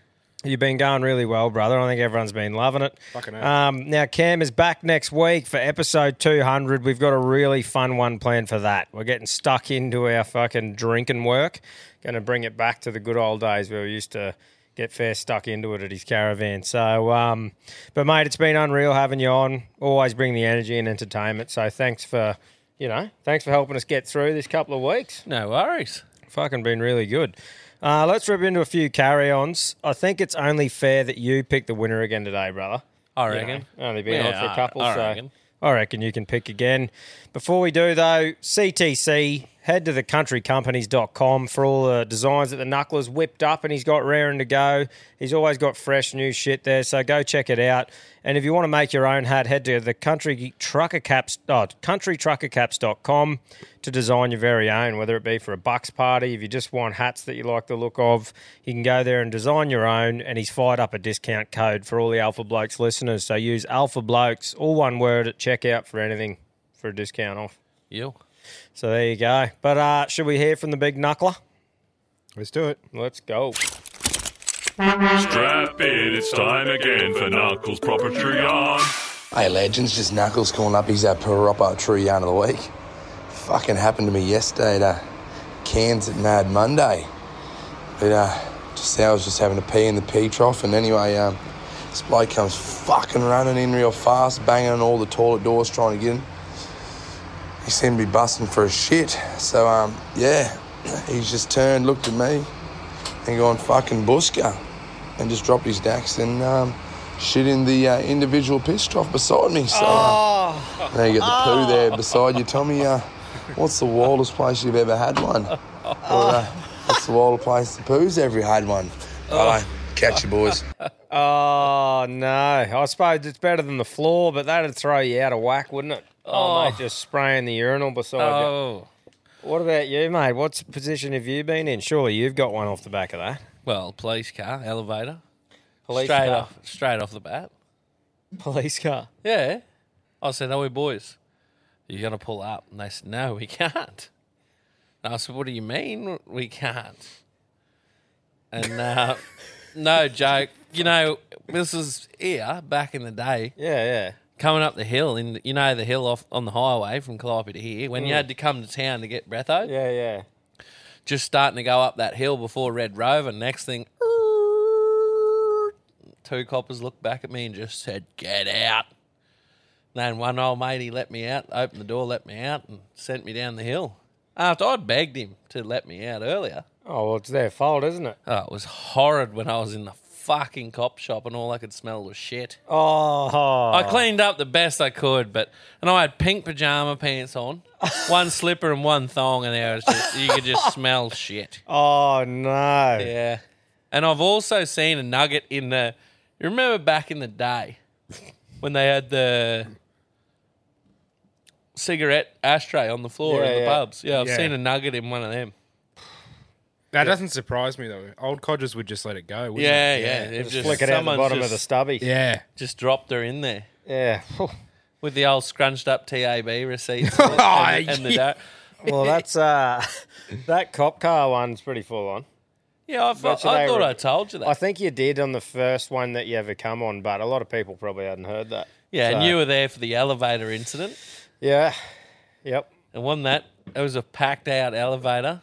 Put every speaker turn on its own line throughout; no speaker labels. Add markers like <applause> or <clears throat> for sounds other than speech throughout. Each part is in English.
you've been going really well, brother. I think everyone's been loving it. Fucking um, now Cam is back next week for episode 200. We've got a really fun one planned for that. We're getting stuck into our fucking drinking work. Going to bring it back to the good old days where we used to get fair stuck into it at his caravan. So, um, but mate, it's been unreal having you on. Always bring the energy and entertainment. So thanks for. You know, thanks for helping us get through this couple of weeks
No worries.
fucking been really good. Uh, let's rip into a few carry-ons. I think it's only fair that you pick the winner again today, brother.
I
You
reckon.
know, only been
Yeah,
on for a
I-
couple,
I
so
reckon.
I reckon you can pick again. Before we do, <laughs> though, CTC, head to thecountrycompanies.com for all the designs that the Knuckler's whipped up and he's got raring to go. He's always got fresh new shit there, so go check it out. And if you want to make your own hat, head to the country trucker caps, oh, countrytruckercaps.com to design your very own, whether it be for a bucks party, if you just want hats that you like the look of, you can go there and design your own. And he's fired up a discount code for all the Alpha Blokes listeners. So use Alpha Blokes, all one word, at checkout for anything for a discount off.
You.
So there you go. But uh, should we hear from the big knuckler?
Let's do it.
Let's go.
Strap in, it's time again for Knuckles Proper Trion.
Hey legends, just Knuckles calling up. He's our proper true yarn of the week. Fucking happened to me yesterday at uh, Cairns at Mad Monday. But uh, just I was just having a pee in the pee trough, and anyway, um, this bloke comes fucking running in real fast, banging on all the toilet doors trying to get in. He seemed to be busting for a shit. So um, yeah, <clears throat> he's just turned, looked at me, and gone fucking busker, and just dropped his dax and um, shit in the uh, individual piss trough beside me. So uh, now you got the poo there beside you. Tell me, uh, what's the wildest place you've ever had one? Or uh, what's the wildest place the poo's ever had one? Righto, catch you boys.
Oh, no. I suppose it's better than the floor, but that'd throw you out of whack, wouldn't it? Oh, mate, just spraying the urinal beside you.
Oh.
What about you, mate? What's position have you been in? Surely you've got one off the back of that.
Well, police car, elevator.
Police
straight
car.
off straight off the bat.
Police car.
Yeah. I said, Are we boys? you got to pull up. And they said, no, we can't. And I said, what do you mean we can't?
<laughs>
And uh, no joke, you know, this was here back in the day,
Yeah, yeah.
coming up the hill, in you know, the hill off on the highway from Calliope to here, when you had to come to town to get breatho,
Mm. Yeah, yeah.
just starting to go up that hill before Red Rover. Next thing, two coppers looked back at me and just said, Get out. Then one old matey let me out, opened the door, let me out, and sent me down the hill. After I'd begged him to let me out earlier.
Oh, well, it's their fault, isn't it?
Oh, it was horrid when I was in the fucking cop shop and all I could smell was shit.
Oh,
I cleaned up the best I could, but and I had pink pajama pants
<laughs>
on, one slipper and one thong, and there was just, you could just smell shit.
oh no.
Yeah. And I've also seen a nugget in the. You remember back in the day when they had the cigarette ashtray on the floor
Yeah,
in the
yeah.
pubs? Yeah, I've
Yeah.
seen a nugget in one of them.
That doesn't surprise me though. Old codgers would just let it go. wouldn't
Yeah,
they?
yeah. It
Just flick it out the bottom
just,
of the stubby.
yeah.
just dropped her in there
Yeah.
with the old scrunched up
<laughs>
TAB receipts and,
Oh,
the- and the
yeah.
dough.
well, that's uh, <laughs> that cop car one's pretty full on.
Yeah, I, thought,
That's what
I,
they
thought
were-
I told you that.
I think you did on the first one that you ever come on, but a lot of people probably hadn't heard that.
<laughs> yeah, and
so-
you were there for the elevator incident.
Yeah. Yep.
And one that, it was a packed out elevator.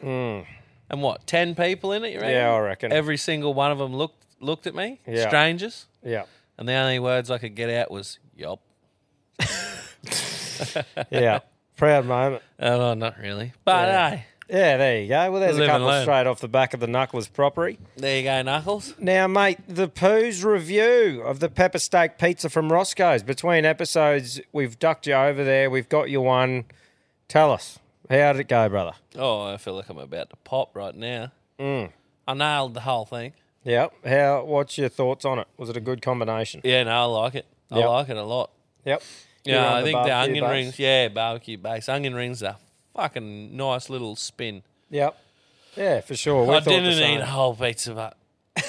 And what, 10 people in it, you reckon?
Mm. Yeah, I reckon.
Every single one of them looked looked at me,
Yeah.
strangers,
Yeah.
and the only words I could get out was "yop."
<laughs> Yeah. Proud moment.
Oh, no, <laughs> not really, but hey,
Yeah, there you go. Well, there's
Live
a
and
couple
learn.
straight off the back of the Knuckles property.
there you go, Knuckles.
Now, mate, the Pooh's review of the pepper steak pizza from Roscoe's. Between episodes, we've ducked you over there. We've got you one. Tell us, how did it go, brother?
Oh, I feel like I'm about to pop right now.
Mm.
I nailed the whole thing.
Yep. How? What's your thoughts on it? Was it a good combination?
Yeah, no, I like it. I
Yep.
like it a lot.
Yep. You're
Yeah,
on
I think the
barbecue
onion
base?
rings. Yeah, barbecue base onion rings are fucking nice little spin.
Yep. Yeah, for sure. We
I
thought the
didn't
same.
eat a whole pizza,
<laughs>
but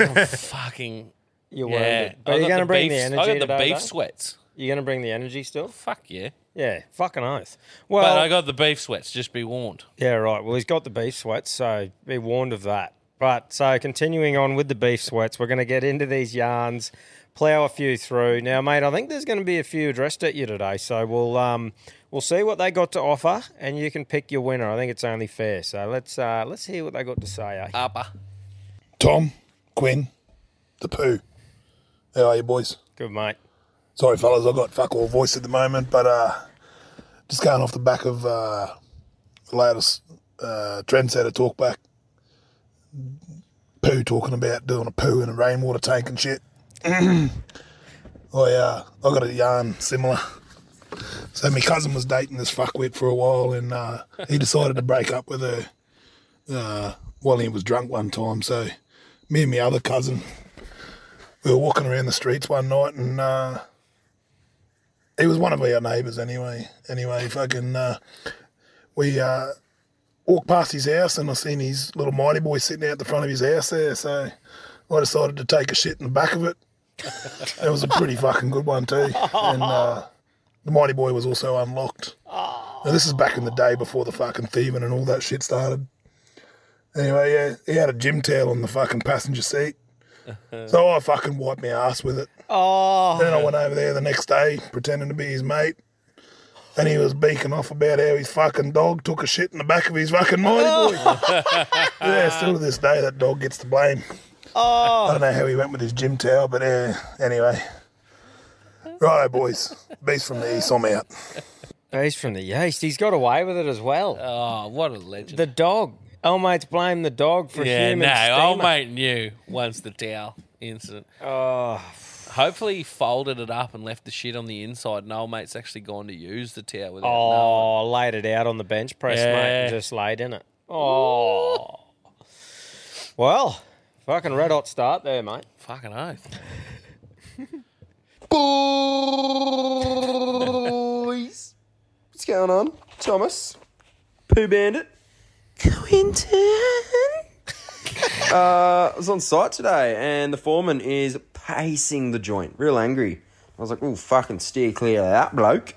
I'm fucking
You weren't.
yeah.
But
I
you're
got
going to bring
beef-
the energy.
I got the
today,
beef
though?
sweats.
You're going to bring the energy still?
Fuck yeah.
Yeah, fucking oath.
But
Well,
I got the beef sweats. Just be warned.
yeah, right. Well, he's got the beef sweats, so be warned of that. But so continuing on with the beef sweats, we're going to get into these yarns, plough a few through. Now, mate, I think there's going to be a few addressed at you today, so we'll um we'll see what they got to offer, and you can pick your winner. I think it's only fair. So let's uh let's hear what they got to say. Eh?
Upper.
Tom, Quinn, the poo. How are you, boys?
Good mate.
Sorry, fellas, I've got fuck all voice at the moment, but uh, just going off the back of uh, the latest uh, trendsetter talkback. Poo talking about doing a poo in a rainwater tank and shit. <clears throat> I, uh, I got a yarn similar. So my cousin was dating this fuckwit for a while, and uh, he decided to break up with her uh, while he was drunk one time. So me and my other cousin, we were walking around the streets one night, and uh, he was one of our neighbours anyway. Anyway, fucking, uh, we uh, walked past his house, and I seen his little mighty boy sitting out the front of his house there. So I decided to take a shit in the back of it. it was a <laughs> pretty fucking good one too, and uh, the mighty boy was also unlocked. Now, this is back in the day before the fucking thieving and all that shit started. Anyway, yeah, he had a gym towel on the fucking passenger seat. So I fucking wiped my ass with it.
Oh,
Then I went over there the next day pretending to be his mate. And he was beaking off about how his fucking dog took a shit in the back of his fucking mighty boy. yeah, still to this day, that dog gets the blame. I don't know how he went with his gym towel, but uh, anyway. Righto, boys. Beast from the east, I'm out.
he's from the east. He's got away with it as well.
Oh, what a legend.
The dog. Oh, mate's blame the dog for
yeah,
human
no, old
steamer.
mate knew once the towel incident.
Oh,
Hopefully, he folded it up and left the shit on the inside, and old mate's actually gone to use the towel without knowing.
oh, laid it out on the bench press, mate, and
Yeah.
just laid in it. Oh. Well, fucking red hot start there, mate.
Fucking oath.
Boys, what's going on? Thomas, Pooh Bandit, Quinton. <laughs> uh, I was on site today, and the foreman is pacing the joint, real angry. I was like, "Oh, fucking steer clear of that bloke."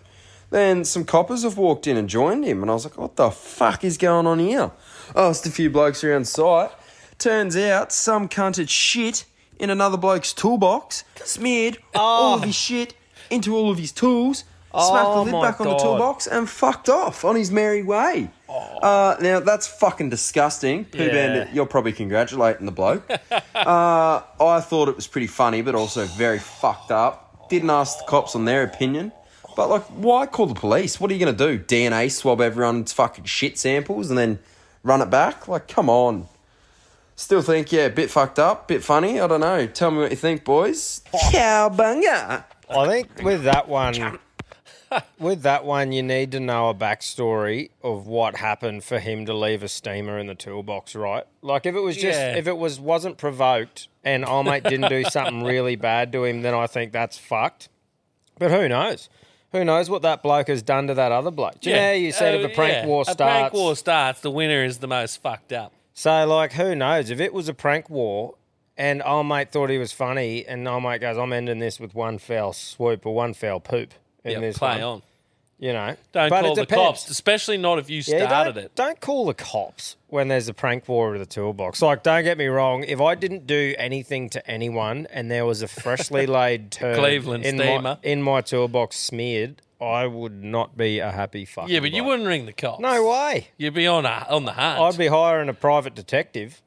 Then some coppers have walked in and joined him, and I was like, what the fuck is going on here? Oh, it's the few blokes around site. Turns out some cunt had shit in another bloke's toolbox, smeared all of his shit into all of his tools, smacked the
Oh. Oh,
lid
my
back on the
God.
toolbox, and fucked off on his merry way. Uh, now, that's fucking disgusting. Pooh
Yeah.
Bandit, you're probably congratulating the bloke. Uh, I thought it was pretty funny, but also very fucked up. Didn't ask the cops on their opinion. But, like, why call the police? What are you going to do? DNA swab everyone's fucking shit samples and then run it back? Like, come on. Still think, yeah, bit fucked up, bit funny. I don't know. Tell me what you think,
<laughs>
boys. Cowbunga!
I think with that one, with that one, you need to know a backstory of what happened for him to leave a steamer in the toolbox, right? Like if it was just
Yeah.
if it was wasn't provoked and our mate didn't do something really bad to him, then I think that's fucked. But who knows? Who knows what that bloke has done to that other bloke? Do you know how you said if a prank war starts?
Oh, A prank war starts, the winner is the most fucked up.
So, like, who knows? If it was a prank war and our mate thought he was funny and our mate goes, I'm ending this with one foul swoop or one foul poop in
Yeah,
this
play
one,"
on.
You know?
Don't
But
call
it
the
depends.
cops, especially not if you
Yeah,
started
don't,
it.
Don't call the cops when there's a prank war over the toolbox. Like, don't get me wrong. If I didn't do anything to anyone and there was a freshly
<laughs>
laid turd
Cleveland
in, my,
steamer.
in my toolbox smeared, I would not be a happy fucking
Yeah, but you
bloke.
wouldn't ring the cops.
No way.
You'd be on a, on the hunt.
I'd be hiring a private
<laughs>
detective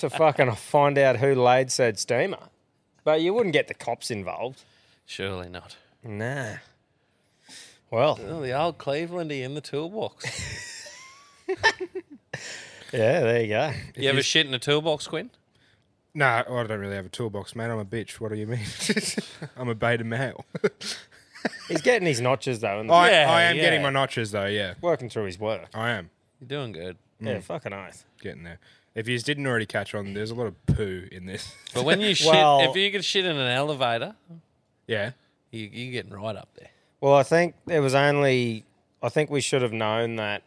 to fucking find out who laid said steamer. But you wouldn't get the cops involved.
Surely not.
Nah. Well,
Oh, the old Clevelandie in the toolbox.
<laughs> yeah, there you go.
you ever shit in a toolbox, Quinn?
Nah, I don't really have a toolbox, man. I'm a bitch. What do you mean? <laughs> I'm a beta male. <laughs>
He's getting his notches though, and
I,
Yeah,
I am getting my
yeah.
notches though. Yeah,
working through his work.
I am Mm.
You're doing good.
Yeah, fucking oath.
getting there. If you didn't already catch on, there's a lot of poo in this.
But
<laughs>
when you shit,
Well-
if you could shit in an elevator,
yeah.
you, you're getting right up there.
Well, I think it was only. I think we should have known that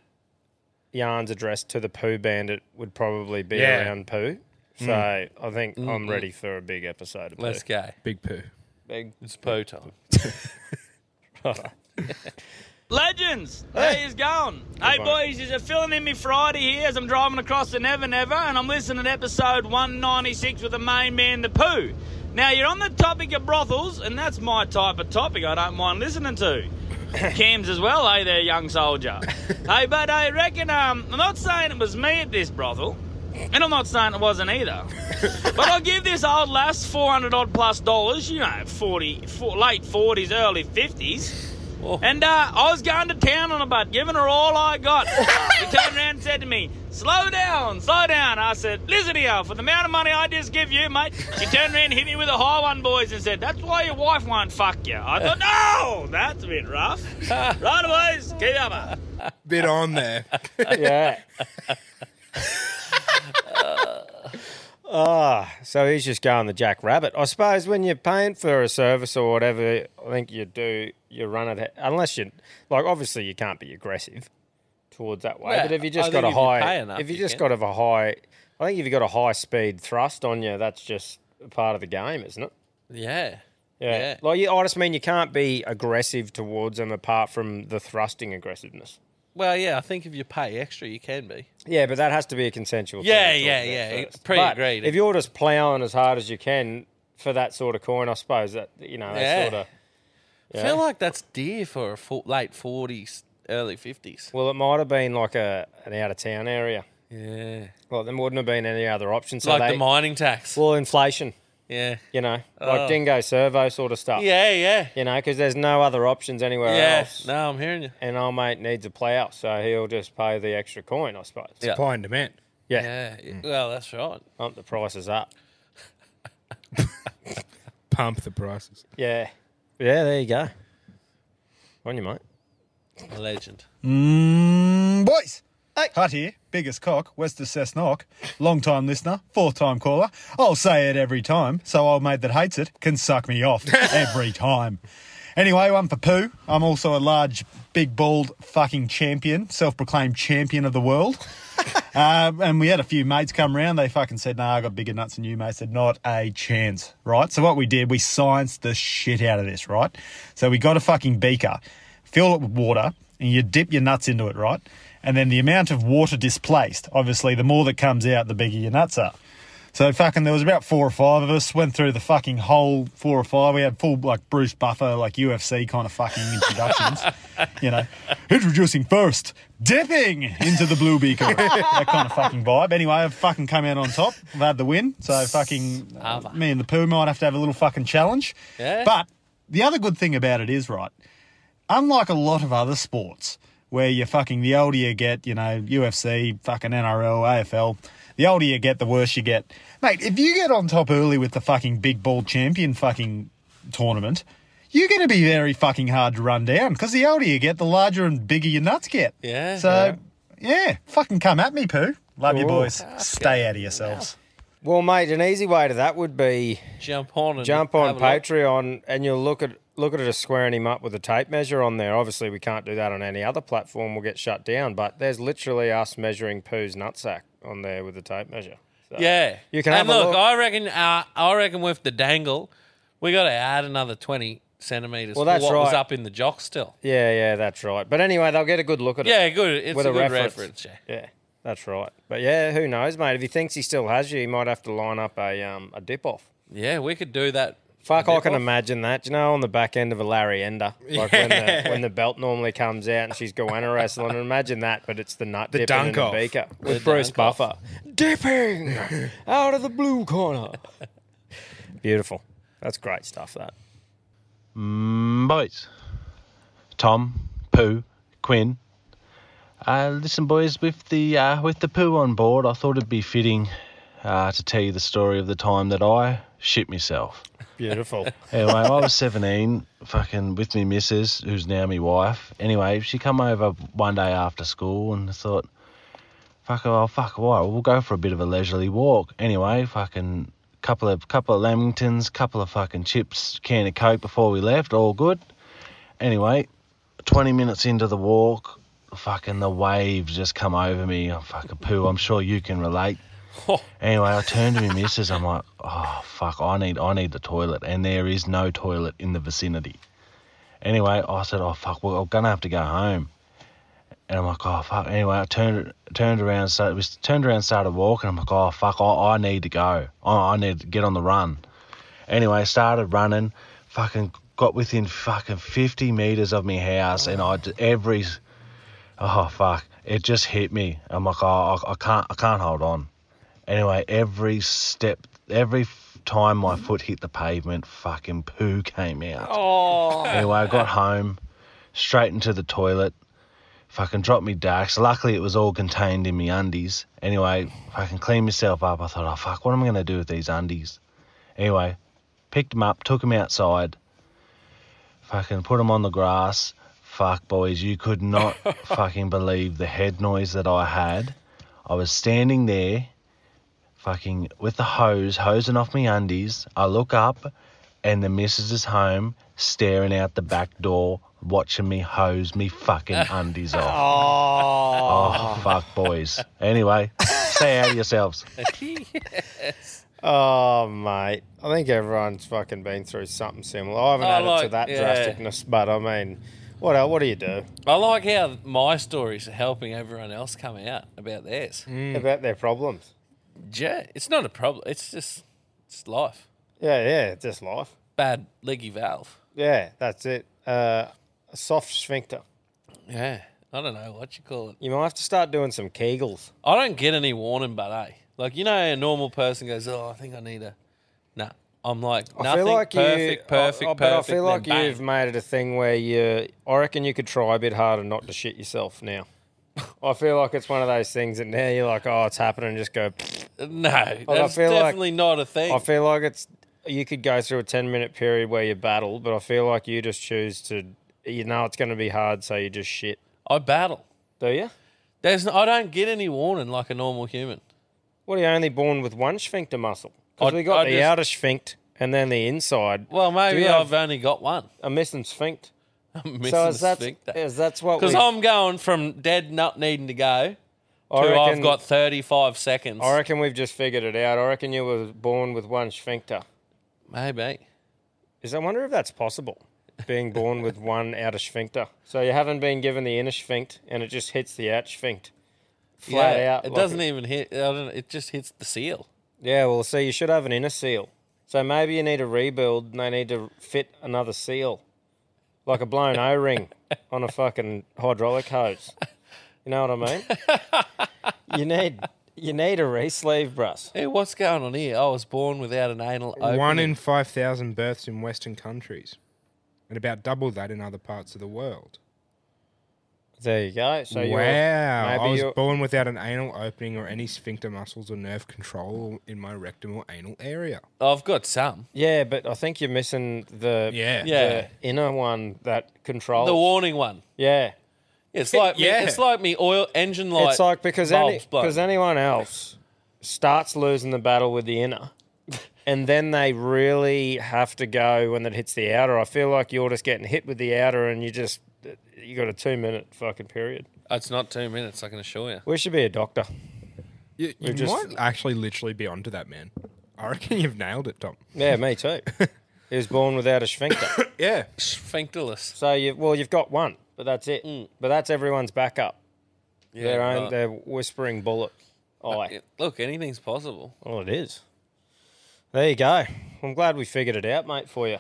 Yarn's address to the poo bandit would probably be
Yeah. Mm.
around poo. So I think I'm ready for a big episode of poo.
Mm, Mm-hmm. Let's go.
Hmm. Big poo.
Big
It's poo time.
<laughs>
Legends, there he's gone. Hey boys, is it filling in me Friday here as I'm driving across the Never Never and I'm listening to episode 196 with the main man, the Pooh. Now you're on the topic of brothels, and that's my type of topic I don't mind listening to. Cam's as well, hey there, young soldier. hey, but I reckon um, I'm not saying it was me at this brothel, and I'm not saying it wasn't either. But I'll give this old lass 400 odd plus dollars, you know, 40, for, late 40s, early 50s. And uh, I was going to town on a butt, giving her all I got. she turned around and said to me, Slow down, slow down. I said, Listen here, for the amount of money I just give you, mate. She turned around and hit me with a high one, boys, and said, That's why your wife won't fuck you. I thought, No, that's a bit rough. right, boys, keep up, mate.
Bit on there.
<laughs> yeah. Ah, so he's just going the jackrabbit. I suppose when you're paying for a service or whatever, I think you do you run it unless you like. Obviously, you can't be aggressive towards that way.
Yeah,
but if you
I
just
think
got a
if you
high,
pay enough,
if you,
you
just
can.
got of a high, I think if you got a high speed thrust on you, that's just a part of the game, isn't it?
<laughs> Yeah.
Yeah.
Yeah.
Like you, I just mean you can't be aggressive towards them apart from the thrusting aggressiveness.
Well, yeah, I think if you pay extra, you can be.
Yeah, but that has to be a consensual.
Yeah,
thing.
yeah,
Talk about
yeah.
first.
Pre-
But
agreed.
If you're just ploughing as hard as you can for that sort of coin, I suppose that you know that
Yeah.
sort of.
I feel like that's dear for a full, late 40s, early 50s.
Well, it might have been like a an out of town area.
Yeah.
Well, there wouldn't have been any other option. So
like
they,
the mining tax.
well, inflation,
yeah.
you know,
Oh.
like dingo servo sort of stuff.
Yeah, yeah.
You know, because there's no other options anywhere
Yeah.
else.
No, I'm hearing you.
And our mate needs a plough, so he'll just pay the extra coin, I suppose.
Yeah.
Supply and demand.
Yeah.
Yeah. Well, that's right.
Pump the prices up.
Pump the prices.
Yeah. Yeah, there you go. On you, mate.
A legend.
Mm, Boys, Hut here, biggest cock, west of Cessnock, long time listener, fourth time caller. I'll say it every time, so old mate that hates it can suck me
<laughs>
off every time. Anyway, one for poo. I'm also a large, big, bald fucking champion, self proclaimed champion of
<laughs>
the world. Uh, and we had a few mates come round. They fucking said, "Nah, I got bigger nuts than you, mate." Said, "Not a chance, right?" So what we did, we scienced the shit out of this, right? So we got a fucking beaker, fill it with water, and you dip your nuts into it, right? And then the amount of water displaced, obviously, the more that comes out, the bigger your nuts are. So fucking, there was about four or five of us went through the fucking whole four or five. We had full like Bruce Buffer, like UFC kind of fucking introductions. <laughs> you know, introducing first, dipping into the blue beaker, that kind of fucking vibe. Anyway, I fucking came out on top. I've had the win, so fucking uh, me and the poo might have to have a little fucking challenge.
Eh?
Yeah.
But the other good thing about it is right unlike a lot of other sports where you're fucking the older you get, you know, UFC, fucking NRL, AFL, the older you get, the worse you get. Mate, if you get on top early with the fucking big ball champion fucking tournament, you're going to be very fucking hard to run down because the older you get, the larger and bigger your nuts get.
Yeah.
So, yeah, fucking come at me, poo. Love you,
Ooh.
boys. Stay out of yourselves.
Well, mate, an easy way to that would be
jump on and
jump on
have a look.
Patreon, and you'll look at look at it as squaring him up with a tape measure on there. Obviously, we can't do that on any other platform; we'll get shut down. But there's literally us measuring Pooh's nutsack on there with a tape measure. So
Yeah,
you can
and
have
look,
a look.
I reckon. Uh, I reckon with the dangle, we got to add another twenty centimeters.
Well, that's
for what was
right.
up in the jock still.
yeah, yeah, that's right. But anyway, they'll get a good look at
Yeah,
it.
good. It's
with
a good reference, yeah.
yeah, that's right. But yeah, who knows, mate? If he thinks he still has you, he might have to line up a um, a dip off.
Yeah, we could do that. <laughs>
Fuck, I can
Dip-off.
imagine that. You know, on the back end of a Larry Ender, like when,
Yeah.
the, when the belt normally comes out and she's goanna wrestling. Imagine that, but it's the nut
The
dipping in
dunk
the
off.
beaker
The
with Bruce
dunk off.
Buffer
<laughs>
dipping out of the blue corner. Beautiful. That's great stuff. That.
Mm, boys. Tom, Pooh, Quinn. Uh, listen, boys, with the uh, with the poo on board, I thought it'd be fitting uh, to tell you the story of the time that I shit myself.
Beautiful.
Anyway, I was 17, fucking with me missus, who's now my wife. Anyway, she come over one day after school and thought, fuck, oh, fuck, why? We'll go for a bit of a leisurely walk. Anyway, fucking couple of couple of lamingtons, couple of fucking chips, can of coke before we left, all good. Anyway, 20 minutes into the walk, fucking the waves just come over me. I'm fucking poo. I'm sure you can relate. Anyway, I turned to my missus. I'm like, oh fuck, I need, I need the toilet, and there is no toilet in the vicinity. Anyway, I said, oh fuck, well I'm gonna have to go home. And I'm like, oh fuck. Anyway, I turned turned around, started, we turned around, started walking. I'm like, oh fuck, I, I need to go. I, I need to get on the run. Anyway, started running, fucking got within fucking 50 meters of my house, and I d- every, oh fuck, it just hit me. I'm like, oh, I, I can't, I can't hold on. Anyway, every step, every f- time my foot hit the pavement, fucking poo came out.
Oh.
Anyway, I got home, straight into the toilet, fucking dropped me dax. Luckily, it was all contained in me undies. Anyway, fucking cleaned myself up. I thought, oh fuck, what am I gonna do with these undies? Anyway, picked them up, took them outside, fucking put them on the grass. Fuck, boys, you could not fucking believe the head noise that I had. I was standing there, fucking with the hose, hosing off me undies. I look up, and the missus is home, staring out the back door, watching me hose me fucking undies off. Oh, fuck, boys. Anyway, stay out of yourselves.
yes.
<laughs> Oh, mate. I think everyone's fucking been through something similar. I haven't
Oh,
had it to
like,
that
yeah.
drasticness, but I mean, what el- what do you do
I like how my stories are helping everyone else come out about theirs.
about their problems?
Yeah, it's not a problem. It's just it's life.
Yeah, yeah, it's just life.
Bad leggy valve.
Yeah, that's it. Uh, a soft sphincter.
Yeah, I don't know what you call it.
You might have to start doing some kegels.
I don't get any warning, but eh, like you know, a normal person goes, "Oh, I think I need a." Nah, I'm like
I
nothing.
feel like
perfect,
you,
perfect,
I, I,
perfect.
but I feel
then
like
bang.
you've made it a thing where you. I reckon you could try a bit harder not to shit yourself
<laughs>
now. I feel like it's one of those things that now you're like, oh, it's happening, just go.
No,
Like, I
that's
feel like-
definitely not a thing.
I feel like it's you could go through a ten minute period where you battle, but I feel like you just choose to. You know it's going to be hard, so you just shit.
I battle.
Do you?
There's, no, I don't get any warning like a normal human.
What are you only born with one sphincter muscle? Because
I-
we got
I
the
just-
outer sphincter and then the inside.
Well, maybe
Do you have-
I've only got one.
I'm missing
<laughs>
sphincter.
I'm missing
so is
the
that,
sphincter.
Is that's what?
Because
we-
I'm going from dead, not needing to go, to
I reckon-
I've got 35 seconds.
I reckon we've just figured it out. I reckon you were born with one sphincter.
Maybe.
Is I wonder if that's possible. being born
<laughs>
with one outer sphincter. So you haven't been given the inner sphinct, and it just hits the outer sphinct flat
Yeah,
out.
It
like
doesn't even hit. I don't, it just hits the seal.
Yeah, well, see, you should have an inner seal. So maybe you need a rebuild, and they need to fit another seal, like a
<laughs>
blown O-ring on a fucking hydraulic hose. You know what I mean?
<laughs>
you need you need a re-sleeve, bruss.
Hey, what's going on here? I was born without an anal opening.
One in 5,000 births in Western countries, and about double that in other parts of the world.
There you go. So you're-
wow.
maybe
I was
you're-
born without an anal opening or any sphincter muscles or nerve control in my rectum or anal area.
I've got some.
Yeah, but I think you're missing the yeah,
Yeah.
inner one that controls
The warning one.
Yeah.
It's like
Yeah.
me. It's like me oil engine light.
it's like because any,
bulbs blow.
because anyone else starts losing the battle with the
<laughs>
inner, and then they really have to go when it hits the outer. I feel like you're just getting hit with the outer, and you just you got a two minute fucking period.
It's not two minutes. I can assure you.
We should be a doctor.
You,
We
you
just-
might actually literally be onto that, man. I reckon you've nailed it, Tom.
Yeah, me too.
<laughs>
he was born without a sphincter.
yeah,
sphincterless. Mm.
So you well, you've got one, but that's it. But that's everyone's backup.
Yeah,
their own,
right.
their whispering bullet. Oh, Eye.
Uh, Look, anything's possible.
Well, it is. There you go. I'm glad we figured it out, mate, for you.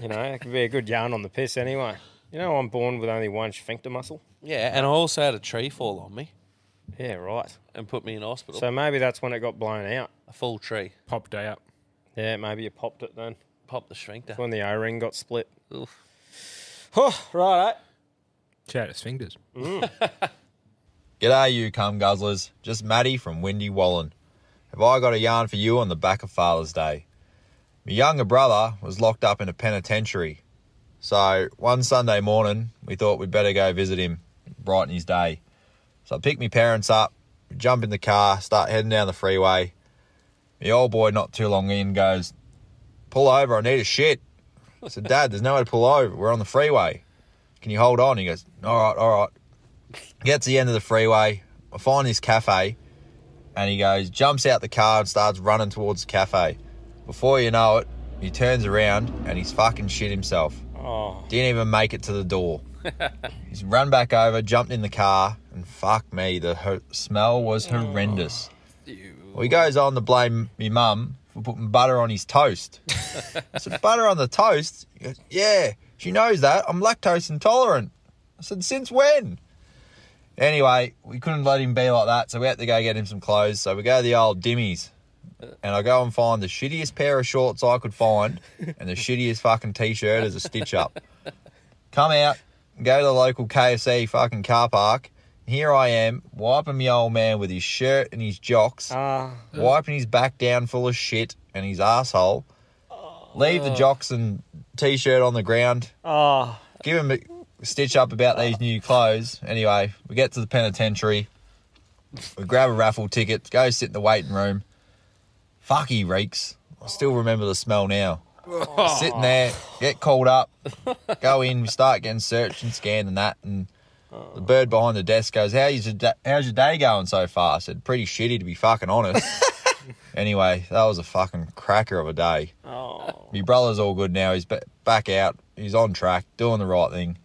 You know, it could be a good yarn on the piss anyway. You know, I'm born with only one sphincter muscle.
Yeah, and I also had a tree fall on me.
Yeah, right.
And put me in hospital.
So maybe that's when it got blown out.
A full tree.
Popped out.
Yeah, maybe you popped it then.
Popped the sphincter.
It's when the O ring got split.
Oof.
Oh, right,
Shout out to sphincters.
Mm.
<laughs>
G'day, you cum guzzlers. Just Matty from Windy Wallen. Have I got a yarn for you on the back of Father's Day? My younger brother was locked up in a penitentiary. So one Sunday morning, we thought we'd better go visit him, brighten his day. So I picked my parents up, we jump in the car, start heading down the freeway. The old boy, not too long in, goes, Pull over, I need a shit. I said, Dad, there's nowhere to pull over. We're on the freeway. Can you hold on? He goes, All right, all right. Gets to the end of the freeway. I find this cafe and he goes, jumps out the car and starts running towards the cafe. Before you know it, he turns around and he's fucking shit himself.
<laughs>
Oh.
Didn't even make it to the door. He's run back over, jumped in the car, and fuck me, the ho- smell was horrendous. Well, he goes on to blame me mum for putting butter on his toast. I said, butter on the toast? He goes, yeah, she knows that. I'm lactose intolerant. I said, since when? Anyway, we couldn't let him be like that, so we had to go get him some clothes. So we go to the old Dimmies, and I go and find the shittiest pair of shorts I could find, and the shittiest fucking t-shirt as a stitch up. Come out, go to the local KFC fucking car park. Here I am, wiping me old man with his shirt and his jocks, wiping his back down full of shit and his asshole. Leave the jocks and t-shirt on the ground.
Ah.
Give him a stitch up about these new clothes. Anyway, we get to the penitentiary. We grab a raffle ticket, go sit in the waiting room. Fuck, he reeks. I still remember the smell now. Sitting there, get called up, go in, we start getting searched and scanned and that. And the bird behind the desk goes, How's your, da- how's your day going so far? I said, Pretty shitty, to be fucking honest. anyway, that was a fucking cracker of a day.
Oh.
My brother's all good now. He's ba- back out. He's on track, doing the right thing.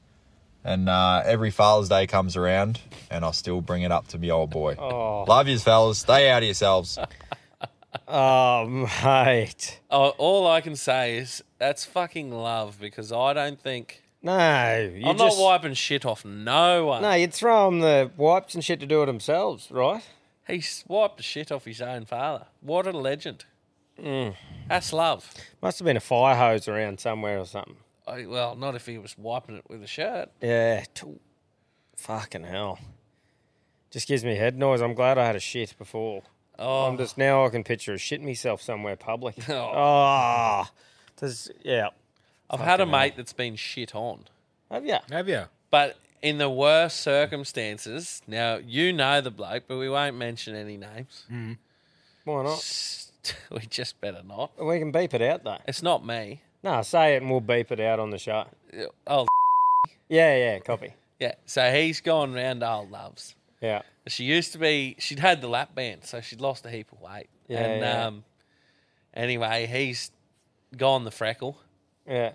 And uh, every Father's Day comes around, and I still bring it up to me old boy.
Oh.
Love yous, fellas. Stay out of yourselves.
Oh, mate.
Oh, all I can say is that's fucking love because I don't think
No, you
I'm
just,
not wiping shit off no one.
No, you'd throw them the wipes and shit to do it themselves, right?
He wiped the shit off his own father. What a legend. That's love.
Must have been a fire hose around somewhere or something.
I, well, not if he was wiping it with a shirt.
Yeah. t- fucking hell. Just gives me head noise. I'm glad I had a shit before.
Oh.
I'm just now I can picture a shit myself somewhere public. <laughs>
Oh.
Ah. Does yeah.
I've had a
Fucking
mate that's been shit on.
Have you?
Have you?
But in the worst circumstances, now you know the bloke, but we won't mention any names.
Mm. Why not?
<laughs> we just better not.
We can beep it out though.
It's not me.
No, say it and we'll beep it out on the show.
Yeah, Oh,
<laughs> Yeah, yeah, copy.
yeah. So he's gone round old loves.
Yeah.
She used to be. She'd had the lap band, so she'd lost a heap of weight.
Yeah,
and
yeah.
um, anyway, he's gone the freckle.
Yeah.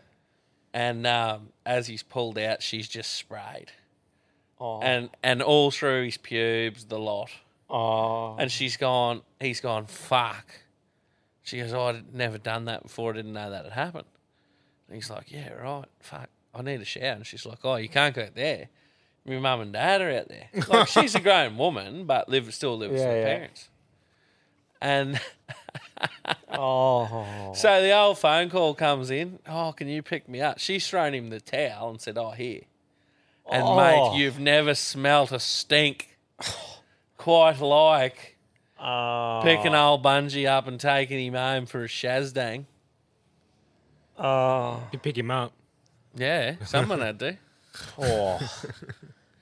And um, as he's pulled out, she's just sprayed. And and all through his pubes, the lot.
Oh.
And she's gone, he's gone, fuck. She goes, oh, I'd never done that before. I didn't know that had happened. And he's like, yeah, right, fuck. I need a shower. And she's like, oh, you can't go out there. My mum and dad are out there. Like, she's a grown woman, but live, still lives with
Yeah,
her
yeah.
parents. And <laughs>
Oh.
so the old phone call comes in. Oh, can you pick me up? She's thrown him the towel and said, "Oh, here." And
Oh.
mate, you've never smelt a stink quite like picking old Bungie up and taking him home for a shazdang.
Oh.
You pick him up.
Yeah, someone had to.
<laughs> Oh.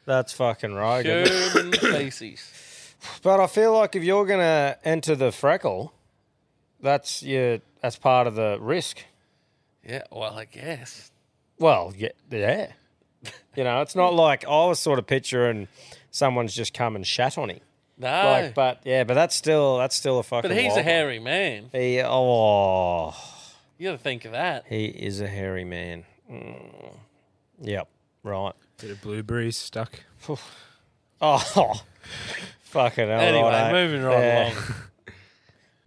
That's fucking right. <coughs>
Human feces.
But I feel like if you're gonna enter the freckle, that's your that's part of the risk.
Yeah, well, I guess.
Well, yeah, yeah. You know, it's not like I was sort of picturing someone's just come and shat on him.
No.
Oh.
Like, but yeah, but that's still that's still a fucking.
But he's a
wild
hairy man.
one. He oh,
You got to think of that.
he is a hairy man. Mm. Yep, right.
Bit of blueberries stuck.
Oh, <laughs> fucking hell.
Anyway,
righto.
moving right
Yeah.
along.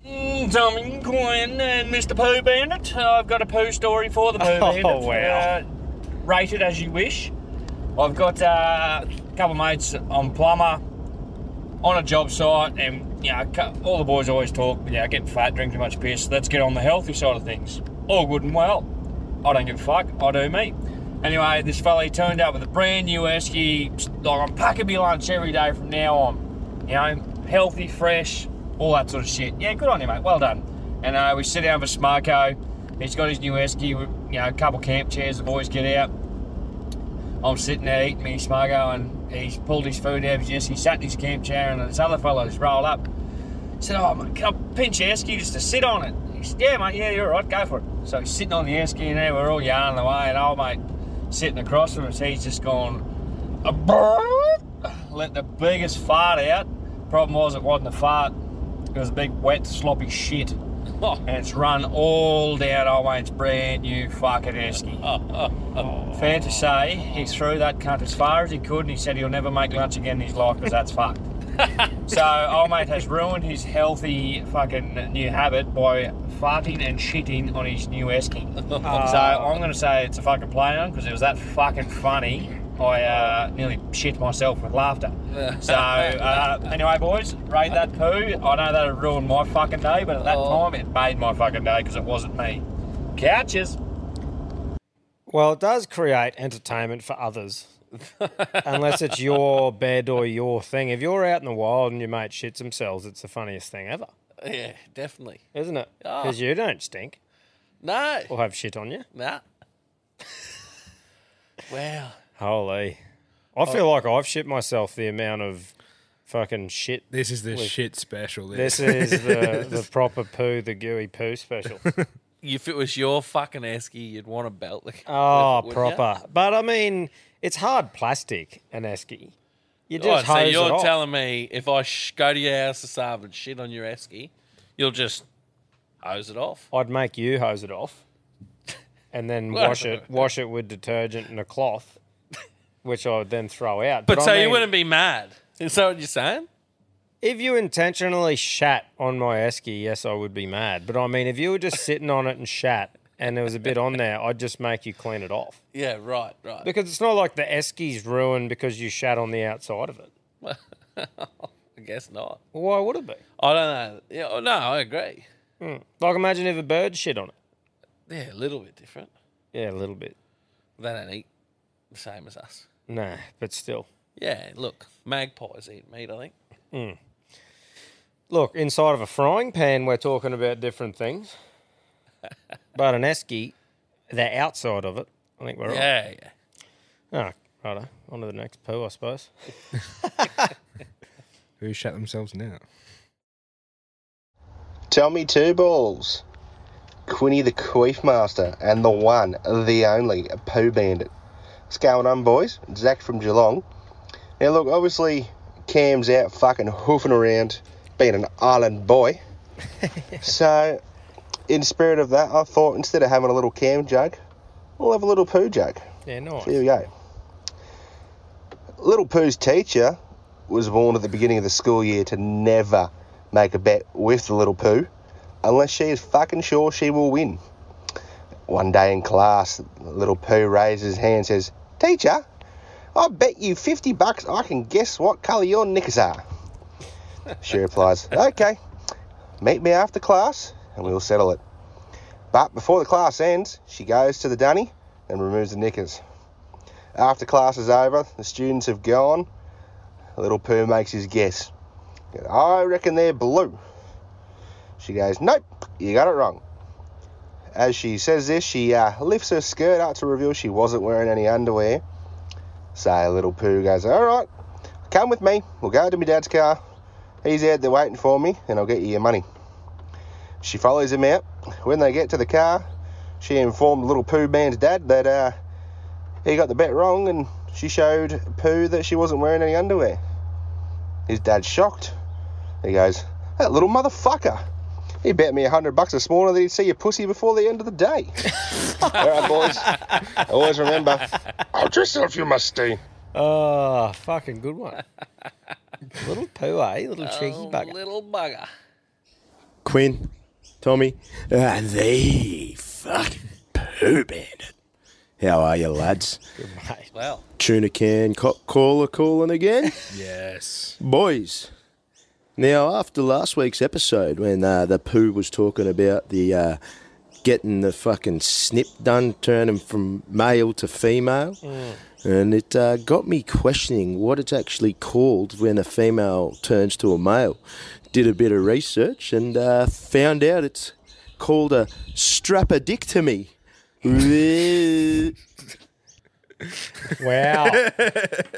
Mm, Tommy Quinn and Mr. Pooh Bandit. I've got a poo story for the Pooh
Oh,
Bandit.
wow.
Uh, rate it as you wish. I've got uh, a couple of mates on plumber on a job site, and you know, cu- all the boys always talk, you know, get fat, drink too much piss. Let's get on the healthy side of things. All good and well. I don't give a fuck. I do me. Anyway, this fella he turned up with a brand new esky. Like I'm packing me lunch every day from now on. You know, healthy, fresh, all that sort of shit. Yeah, good on you, mate. Well done. And uh, we sit down for Smarco. He's got his new esky. You know, a couple camp chairs. The boys get out. I'm sitting there eating me Smargo, and he's pulled his food out of his esky, sat in his camp chair, and this other fellow's rolled up. Said, "Oh, mate, can I pinch your esky just to sit on it?" He said, "Yeah, mate. Yeah, you're right. Go for it." So he's sitting on the esky, and there we're all yarning away, and old mate sitting across from us, he's just gone, "A brrrt," let the biggest fart out. Problem was, it wasn't a fart. It was a big, wet, sloppy shit. And it's run all down old mate's brand new fucking esky. Fair to say, he threw that cunt as far as he could and he said he'll never make lunch again in his life because that's fucked. so old mate has ruined his healthy fucking new habit by farting and shitting on his new
<laughs>
esky. So I'm going to say it's a fucking play on because it was that fucking funny. I uh, nearly shit myself with laughter. So uh, anyway, boys, rate that poo. I know that ruined my fucking day, but at that
Oh.
time it made my fucking day because it wasn't me. Couches.
Well, it does create entertainment for others. Unless it's
<laughs>
your bed or your thing. If you're out in the wild and your mate shits themselves, it's the funniest thing ever,
Yeah, definitely.
isn't it?
Oh.
Because you don't stink
No.
or have shit on you.
Nah. <laughs> wow.
Holy.
Oh.
I feel like I've shit myself the amount of fucking shit.
This is the
we've-
shit special, this.
This is
<laughs>
the, the proper poo, the gooey poo
<laughs>
special.
If it was your fucking esky, you'd want to belt <laughs> the.
Oh,
wouldn't ya?
proper. But I mean, it's hard plastic, an esky. You just
Right, Oh, so
hose it
you're
off.
telling me if I sh- go to your house this afternoon and shit on your esky, you'll just hose it off?
I'd make you hose it off, and then
Well-
wash it wash it with detergent and a cloth, which I would then throw out.
But,
I
so you
mean,
wouldn't be mad. Is that what you're saying?
If you intentionally shat on my esky, yes, I would be mad. But I mean, if you were just sitting on it and shat, and there was a bit on there, I'd just make you clean it off
Yeah, right, right.
because it's not like the esky's ruined because you shat on the outside of it.
I guess not.
Well, why would it be?
I don't know. Yeah, oh, no, I agree.
Hmm. Like, imagine if a bird shit on it.
Yeah, a little bit different.
Yeah, a little bit.
They don't eat the same as us.
Nah, but still.
Yeah, look, magpies eat meat, I think.
Mm. Look, inside of a frying pan, we're talking about different
<laughs>
things. but an esky, the outside of it, I think we're
yeah,
right. Yeah, Oh, righto. On to the next poo, I suppose.
<laughs>
<laughs>
Who shut themselves
<laughs>
now?
Tommy Two Balls, Quinny the Queef Master, and the one, the only, Pooh Bandit. What's going on, boys? Zach from Geelong. Now, look, obviously, Cam's out fucking hoofing around, being an island boy. so, in spirit of that, I thought instead of having a little Cam joke, We'll have a little poo joke.
Yeah, nice.
So here we go. Little Pooh's teacher was warned at the beginning of the school year to never make a bet with the Little Pooh unless she is fucking sure she will win. One day in class, Little Pooh raises his hand and says, Teacher, I bet you 50 bucks I can guess what colour your knickers are. She replies, Okay, meet me after class and we'll settle it. But before the class ends, she goes to the dunny and removes the knickers. After class is over, the students have gone. Little Pooh makes his guess. I reckon they're blue. She goes, Nope, you got it wrong. As she says this, she uh, lifts her skirt up to reveal she wasn't wearing any underwear. So Little Pooh goes, All right, come with me. We'll go to my dad's car. He's out there waiting for me, and I'll get you your money. She follows him out. When they get to the car, she informed Little Pooh Man's dad that uh, he got the bet wrong and she showed Pooh that she wasn't wearing any underwear. His dad's shocked. He goes, That little motherfucker. He bet me a hundred bucks this morning that he'd see your pussy before the end of the day. All right, boys. Always remember, out yourself you must stay.
Oh, fucking good
<laughs>
one. little poo, eh? Little cheeky
Oh,
bugger.
Little bugger.
Quinn, Tommy, ah, and the fucking poo bandit. How are you, lads? Good,
mate.
Well.
Tuna can cock caller calling again?
Yes.
Boys, now after last week's episode when uh, the poo was talking about the uh, getting the fucking snip done, turning from male to female,
Mm.
and it uh, got me questioning what it's actually called when a female turns to a male. Did a bit of research and uh, found out it's called a strapodictomy.
Wow.
<laughs>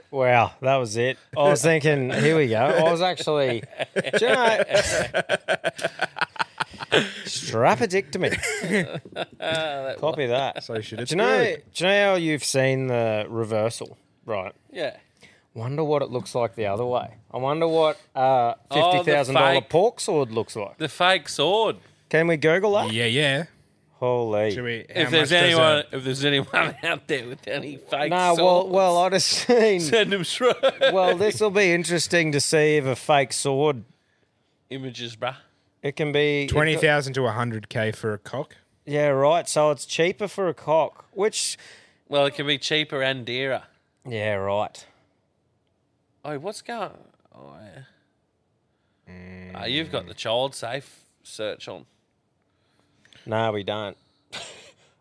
<laughs>
wow, that was it. I was thinking, here we go. I was actually, do you know,
<laughs>
strapodictomy. Copy that. So should
it's
do you know,
good.
Do you know how you've seen the reversal, right?
Yeah.
Wonder what it looks like the other way. I wonder what uh,
Oh,
fifty
the
thousand dollar
fake-
pork sword looks like.
The fake sword.
Can we Google that?
Yeah, yeah.
Holy!
if there's
uh,
anyone, if there's anyone <laughs> out there with any fake
No, well,
swords,
well, I'd have <laughs> seen.
send them through.
well, this will be interesting to see if a fake sword.
images, bruh.
It can be
Twenty thousand to hundred k for a cock.
Yeah, right. So it's cheaper for a cock, which.
Well, it can be cheaper and dearer.
Yeah, right.
Oh, what's going? Oh, yeah.
Mm.
Ah, you've got the child safe search on.
No, we don't.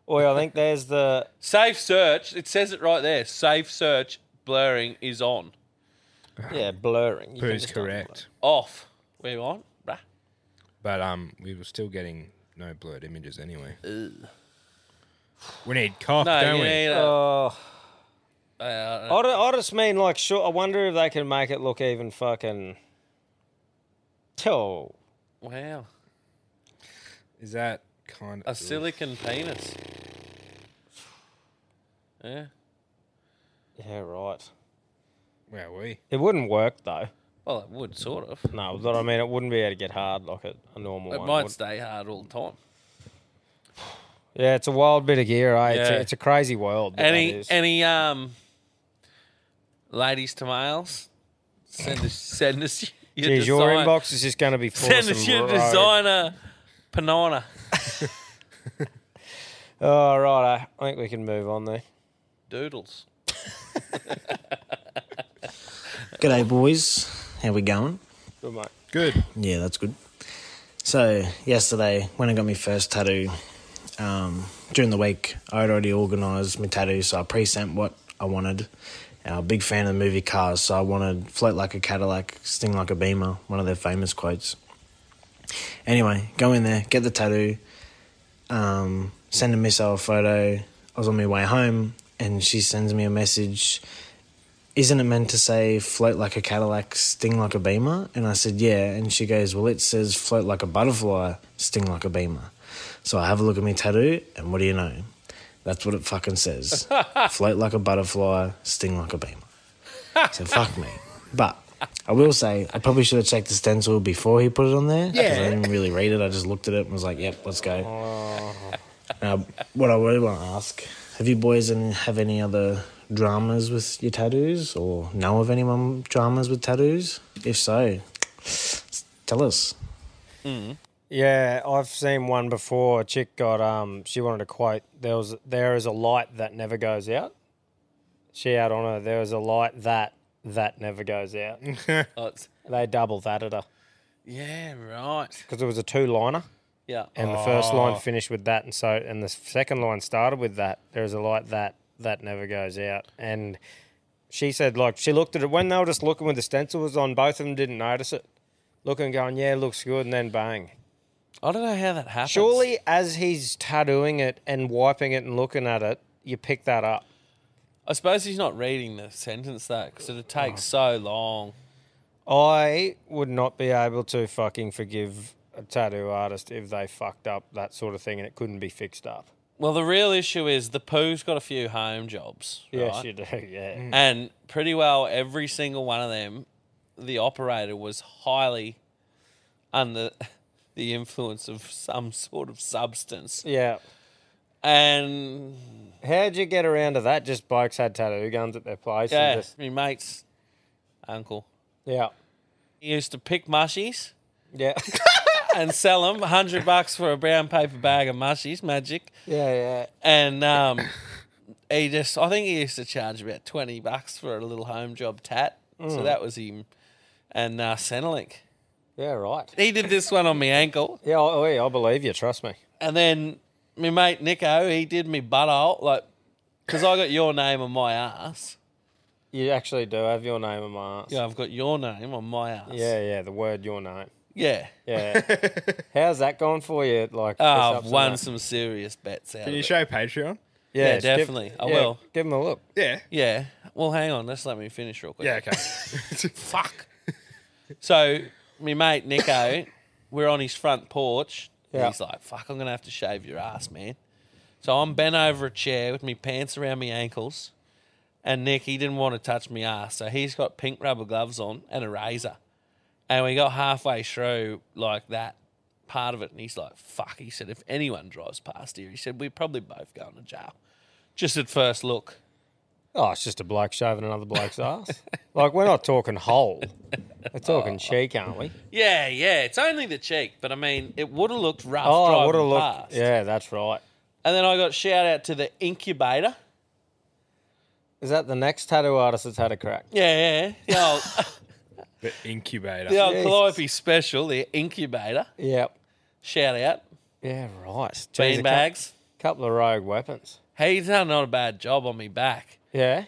Well, I think there's the
safe search. It says it right there. Safe search blurring is on.
Yeah, blurring.
can
Pooh's
just not
correct,
Off. We're on, bruh.
but um, we were still getting no blurred images anyway. We need cock,
No,
don't
you
we?
need a-
Oh.
Uh,
I, ju- I just mean like, sure. I wonder if they can make it look even fucking. Oh,
Wow.
Is that kind
A silicon penis. Yeah.
yeah, right.
Where we?
It wouldn't work though.
Well, it would sort of.
No, but I mean, it wouldn't be able to get hard like a, a normal
It
one.
might
would.
stay hard all the time.
Yeah, it's a wild bit of gear, eh? It's, a,
Yeah.
it's a crazy world. that that
Any
is.
any um ladies to males? Send us send us
<laughs>
your
Geez, your
design-
inbox is just going to be full
Send
of
us
some
your
road.
designer panana. <laughs>
Oh, right. eh? I think we can move on there.
Doodles.
G'day, boys. How we going?
Good, mate.
Good.
Yeah, that's good. So yesterday, when I got my first tattoo, um, during the week, I had already organised my tattoo, so I pre-sent what I wanted. I'm a big fan of the movie Cars, so I wanted float like a Cadillac, sting like a Beamer, one of their famous quotes. Anyway, go in there, get the tattoo, um, send a missile photo. I was on my way home, and she sends me a message isn't it meant to say float like a Cadillac, sting like a beamer? And I said, yeah. And she goes, well, it says float like a butterfly, sting like a beamer. So I have a look at my tattoo, and what do you know? That's what it fucking says. float like a butterfly, sting like a beamer. So fuck me. But I will say, I probably should have checked the stencil before he put it on there. 'cause
Yeah.
I didn't really read it. I just looked at it and was like, yep, let's go. Uh, what I really want to ask Have you boys any, have any other dramas with your tattoos or know of anyone dramas with tattoos? If so, tell us.
Mm-hmm. Yeah, I've seen one before. A chick got um she wanted to quote there was there is a light that never goes out. She had on her there is a light that that never goes
<laughs>
out. they double that at her
Yeah, right.
because it was a two liner.
Yeah.
And the first
Oh.
line finished with that and so and the second line started with that. There is a light that that never goes out. And she said like she looked at it when they were just looking when the stencil was on, both of them didn't notice it. Looking going, Yeah, looks good and then bang.
I don't know how that happens.
Surely, as he's tattooing it and wiping it and looking at it, you pick that up.
I suppose he's not reading the sentence though, because it
Oh.
takes so long.
I would not be able to fucking forgive a tattoo artist if they fucked up that sort of thing and it couldn't be fixed up.
Well, the real issue is the poo's got a few home jobs.
Yes,
right?
you do, yeah. Mm.
And pretty well every single one of them, the operator was highly under <laughs> the influence of some sort of substance.
Yeah.
And
how'd you get around to that? Just blokes had tattoo guns at their place.
Yeah,
And just,
my mate's uncle.
Yeah.
He used to pick mushies.
Yeah.
<laughs> and sell them 100 bucks for a brown paper bag of mushies, magic.
yeah, yeah.
And um, he just, I think he used to charge about 20 bucks for a little home job tat. So
Mm.
that was him. And uh, Centrelink.
Yeah, right.
He did this one on my ankle.
Yeah, I, I believe you. Trust me.
And then my mate Nico, he did me butthole, like, because I got your name on my ass.
You actually do have your name on my ass.
Yeah, I've got your name on my ass.
Yeah, yeah, the word your name.
Yeah. <laughs>
Yeah. How's that going for you? Like,
Oh, I've
push-ups and
won
that?
some serious bets out.
Can
of
you
it.
show Patreon?
Yeah,
Yeah, just give-
definitely. I
yeah,
will.
give 'em a look.
Yeah.
Yeah. Well, hang on. Let's let me finish real quick.
Yeah, okay. <laughs>
Fuck. So, my mate Nico, <coughs> we're on his front porch. and
Yeah.
He's like, "Fuck, I'm gonna have to shave your ass, man." So I'm bent over a chair with my pants around my ankles, and Nick he didn't want to touch my ass, so he's got pink rubber gloves on and a razor. And we got halfway through like that part of it, and he's like, "Fuck," he said. If anyone drives past here, he said, "We're probably both going to jail." Just at first look.
Oh, it's just a bloke shaving another bloke's ass. Like we're not talking whole. We're
<laughs> Oh.
talking cheek, aren't we?
Yeah, yeah. It's only the cheek, but I mean, it would have looked rough.
oh,
driving
what a look!
past.
Yeah, that's right.
And then I got shout out to the incubator.
Is that the next tattoo artist that's had a crack?
Yeah, yeah. The
<laughs>
old,
The incubator.
the old Calliope special, the incubator.
Yep.
Shout out.
Yeah, right. Jeez, a cou-
Beanbags.
Couple of rogue weapons.
He's done not a bad job on me back.
Yeah.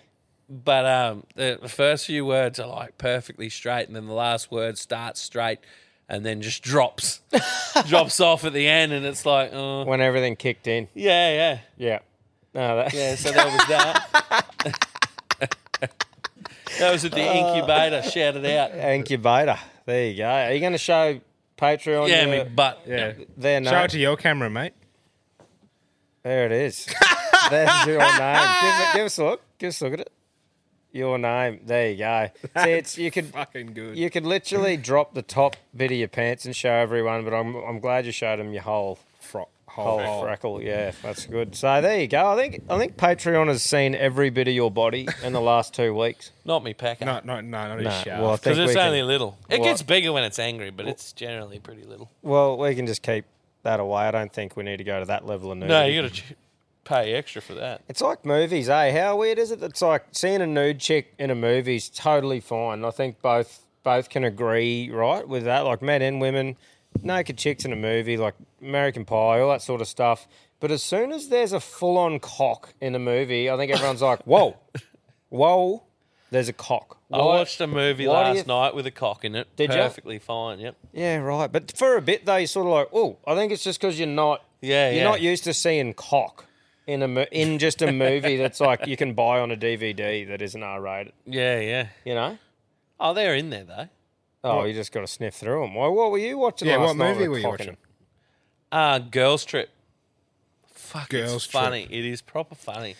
But um, the, the first few words are like perfectly straight, and then the last word starts straight and then
<laughs>
just drops. drops off at the end, and it's like, oh.
When everything kicked in.
Yeah, yeah.
Yeah. No,
<laughs>
that. <laughs>
Yeah, so that was that. <laughs> that was at the incubator. Shout it out.
Incubator. There you go. Are you going to show Patreon?
Yeah,
your,
me butt.
Yeah.
Their name.
Show it to your camera, mate.
There it is. There's your name. Give, it- give us a look. Give us a look at it. Your name. There you
<laughs>
go. See, it's you could
fucking good.
You
<laughs>
could literally drop the top bit of your pants and show everyone, but I'm I'm glad you showed them your whole fro- whole,
Whole.
freckle. Yeah, that's good. So there you go. I think I think Patreon has seen every bit of your body in the last two weeks.
Not me packer.
No, no, no, not
No, well, I
Because
think
it's
we can-
only little. It
Well-
gets bigger when it's angry, but it's generally pretty little.
Well, we can just keep that away. I don't think we need to go to that level of nudity.
No, you got to pay extra for that.
It's like movies, eh? How weird is it? It's like seeing a nude chick in a movie is totally fine. I think both both can agree, right, with that. Like men and women, naked chicks in a movie, like American Pie, all that sort of stuff. But as soon as there's a full on cock in a movie, I think everyone's like, "Whoa, <laughs> whoa, there's a cock."
I
Why-
watched a movie
why do
last
you-
night with a cock in it.
Did ya?
Perfectly fine. Yep.
Yeah, right. But for a bit, though, you're sort of like, oh, I think it's just because you're not,
Yeah,
you're
yeah.
not used to seeing cock in a mo- in just a movie that's like you can buy on a DVD that isn't R-rated.
<laughs> Yeah, yeah.
You know?
Oh, they're in there though.
Oh, you just got to sniff through them. Why? What were you watching?
Yeah,
last
what
night
movie
with
were you
cock
watching?
in it?
Ah, Girls Trip. Fuck,
Girls
it's
Trip.
funny. It is proper funny.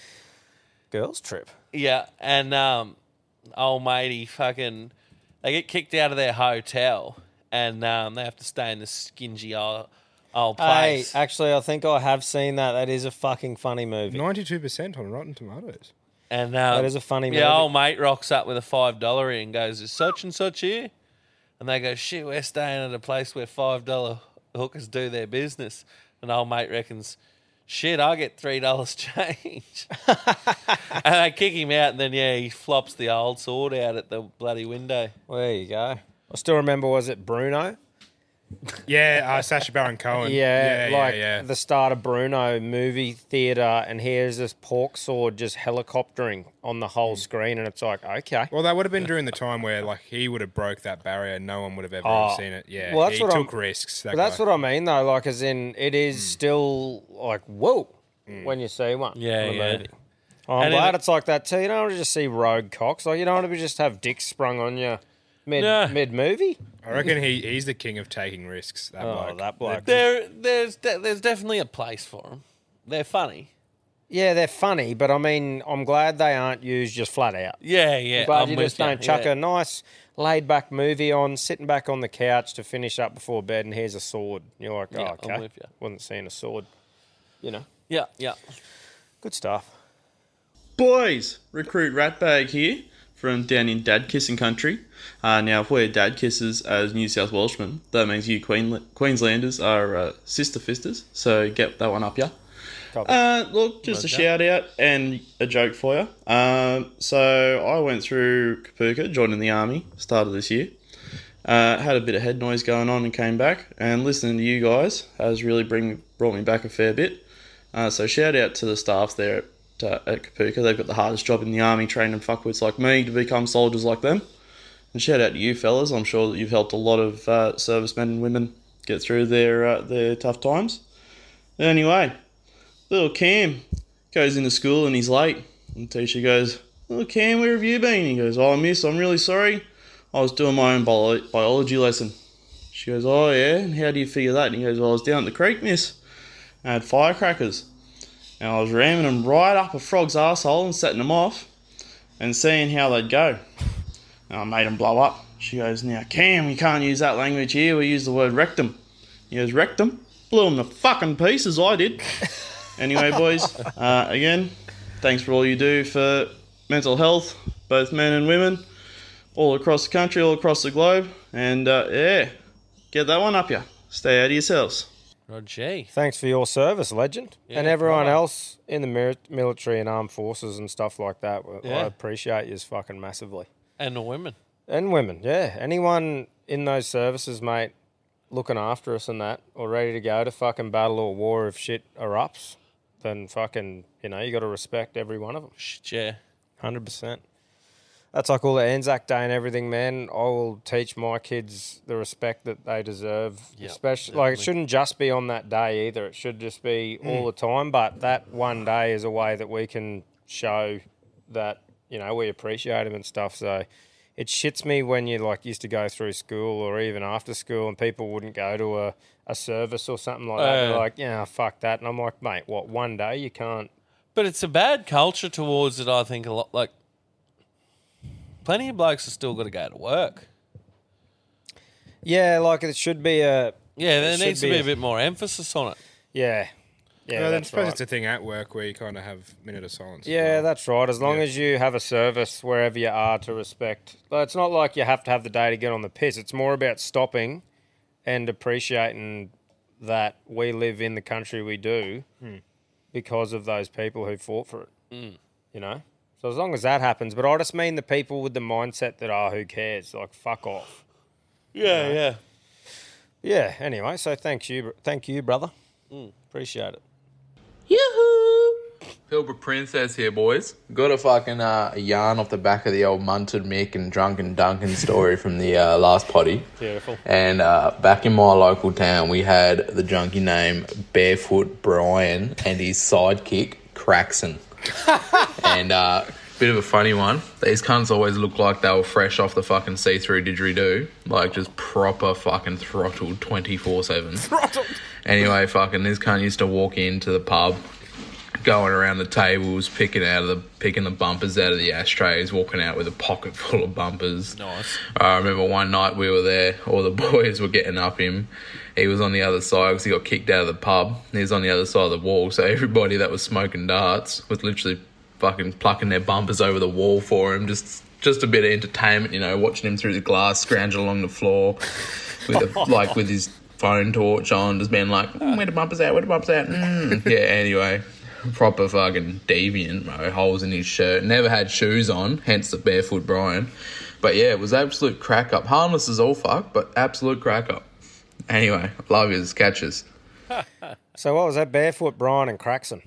Girls Trip.
Yeah, and um, old matey, fucking, they get kicked out of their hotel, and um, they have to stay in this skingy old Oh,
Hey,
place.
actually, I think I have seen that. That is a fucking funny movie.
Ninety-two percent on Rotten Tomatoes.
And uh,
That is a funny
yeah,
movie.
old mate rocks up with a five dollar and goes, "Is such and such here?" And they go, "Shit, we're staying at a place where five dollar hookers do their business." And old mate reckons, "Shit, I get three
<laughs>
dollars <laughs> change." and they kick him out, and then yeah, he flops the old sword out at the bloody window.
Well, there you go. I still remember. Was it Bruno?
Yeah, uh, Sasha Baron Cohen.
Yeah,
yeah,
like
yeah, yeah.
the start of Bruno movie theater, and here's this pork sword just helicoptering on the
Hmm.
whole screen, and it's like, okay.
Well, that would have been during the time where like he would have broke that barrier. No one would have ever
Oh.
seen it. Yeah,
Well, that's
he
what
took
I'm-
risks. That
But that's
guy. Hmm.
what I mean, though. Like, as in, it is still like, whoa, when you see one.
Yeah,
in a
yeah.
movie. I'm
And in
glad
a-
it's like that too. You don't want to just see rogue cocks. Like, you don't want to just have dicks sprung on you mid
No.
mid movie.
I reckon he, he's the king of taking risks. That
Oh,
bloke.
that bloke.
There, there's de- there's definitely a place for them. They're funny.
Yeah, they're funny, but I mean, I'm glad they aren't used just flat out.
Yeah, yeah,
I'm glad
I'm
you
with
just
ya,
don't chuck
yeah.
a nice laid back movie on, sitting back on the couch to finish up before bed, and here's a sword. You're like,
Yeah,
oh,
I'm
okay.
with ya.
Wasn't seeing a sword. You know,
Yeah, yeah.
good stuff.
Boys, recruit Ratbag here from down in Dad Kissing Country. Uh, now, if we're Dad Kissers as New South Welshmen, that means you Queen- Queenslanders are uh, sister fisters, so get that one up, yeah? Uh, look, just a shout out and a joke for you. Um, so I went through Kapuka, joined in the army, started this year. Uh, had a bit of head noise going on and came back. And listening to you guys has really bring brought me back a fair bit. Uh, so shout out to the staff there at, uh, at Kapuka. They've got the hardest job in the army, training fuckwits like me to become soldiers like them. And shout out to you fellas. I'm sure that you've helped a lot of uh, servicemen and women get through their uh, their tough times. Anyway, little Cam goes into school and he's late. And the teacher goes, Little Cam, where have you been? He goes, Oh, miss, I'm really sorry. I was doing my own bio- biology lesson. She goes, Oh, yeah, and how do you figure that? And he goes, Well, I was down at the creek, miss. I had firecrackers. And I was ramming them right up a frog's asshole and setting them off and seeing how they'd go. And I made them blow up. She goes, Now, Cam, you can't use that language here. We use the word rectum. He goes, Rectum? Blew them to fucking pieces, I did. Anyway, boys, uh, again, thanks for all you do for mental health, both men and women, all across the country, all across the globe. And uh, yeah, get that one up here. Stay out of yourselves.
Oh, gee.
Thanks for your service, legend,
Yeah,
and everyone
right.
else in the mir- military and armed forces and stuff like that. I-
Yeah.
I appreciate you fucking massively.
And the women.
And women, yeah. Anyone in those services, mate, looking after us and that, or ready to go to fucking battle or war if shit erupts, then fucking, you know, you got to respect every one of them.
Yeah.
100%. That's like all the Anzac Day and everything, man. I will teach my kids the respect that they deserve.
Yep,
especially, like, it
definitely.
shouldn't just be on that day either. It should just be
Hmm.
all the time. But that one day is a way that we can show that, you know, we appreciate them and stuff. So it shits me when you, like, used to go through school or even after school and people wouldn't go to a, a service or something like that. They're
Uh.
like, yeah, fuck that. And I'm like, mate, what, one day you can't
But it's a bad culture towards it, I think, a lot. Like, plenty of blokes have still got to go to work.
Yeah, like it should be a.
Yeah, there
it should
needs to be a bit more emphasis on it.
Yeah. Yeah,
Well, then I
that's
suppose
right.
it's a thing at work where you kind of have minute of silence.
Yeah, that's right. As long
Yeah.
as you have a service wherever you are to respect. Like, It's not like you have to have the day to get on the piss. It's more about stopping and appreciating that we live in the country we do
Hmm.
because of those people who fought for it.
Mm.
You know? So as long as that happens, but I just mean the people with the mindset that, oh, who cares? Like, fuck off.
Yeah, yeah.
Yeah, anyway, so thanks you, br- thank you, brother.
Hmm.
Appreciate it.
Pilbara Princess here, boys. Got a fucking uh, yarn off the back of the old munted Mick and drunken Duncan story from the uh, last potty.
Beautiful.
And uh, back in my local town, we had the junkie named Barefoot Brian and his sidekick Craxon. and uh, bit of a funny one. These cunts always looked like they were fresh off the fucking see-through didgeridoo, like just proper fucking throttled twenty four seven. Anyway, fucking this cunt used to walk into the pub,
going around the tables, picking out of the picking the bumpers out of the ashtrays, walking out with a pocket <laughs> full of bumpers.
Nice.
I remember one night we were there, all the <laughs> boys were getting up him. He was on the other side because he got kicked out of the pub. He was on the other side of the wall, so everybody that was smoking darts was literally fucking plucking their bumpers over the wall for him, just just a bit of entertainment, you know, watching him through the glass, scrounging along the floor with a, like with his phone torch on, just being like, mm, where the bumpers at? Where the bumpers at? Mm. <laughs> yeah. Anyway, proper fucking deviant, bro. Holes in his shirt. Never had shoes on, hence the barefoot Brian. But yeah, it was absolute crack up. Harmless as all fuck, but absolute crack up. Anyway, love his catches.
so what was that? Barefoot Brian and Craxon.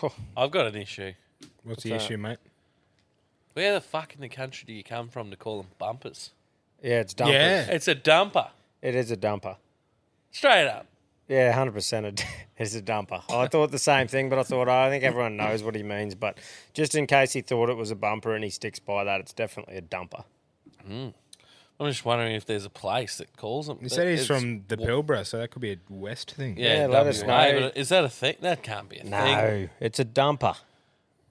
Hmm.
I've got an issue.
What's the
that?
issue, mate?
Where the fuck in the country do you come from to call them bumpers?
Yeah, it's dumpers.
Yeah.
It's a dumper.
It is a dumper.
Straight up.
Yeah, hundred percent. <laughs> It's a dumper. I thought the same thing, but I thought I think everyone knows what he means. But just in case he thought it was a bumper and he sticks by that, it's definitely a dumper.
Mm. I'm just wondering if there's a place that calls them.
He said he's from the Pilbara, so that could be a West thing.
Yeah, WA, but Is that a thing? That can't be a
No,
<laughs> thing.
it's a dumper.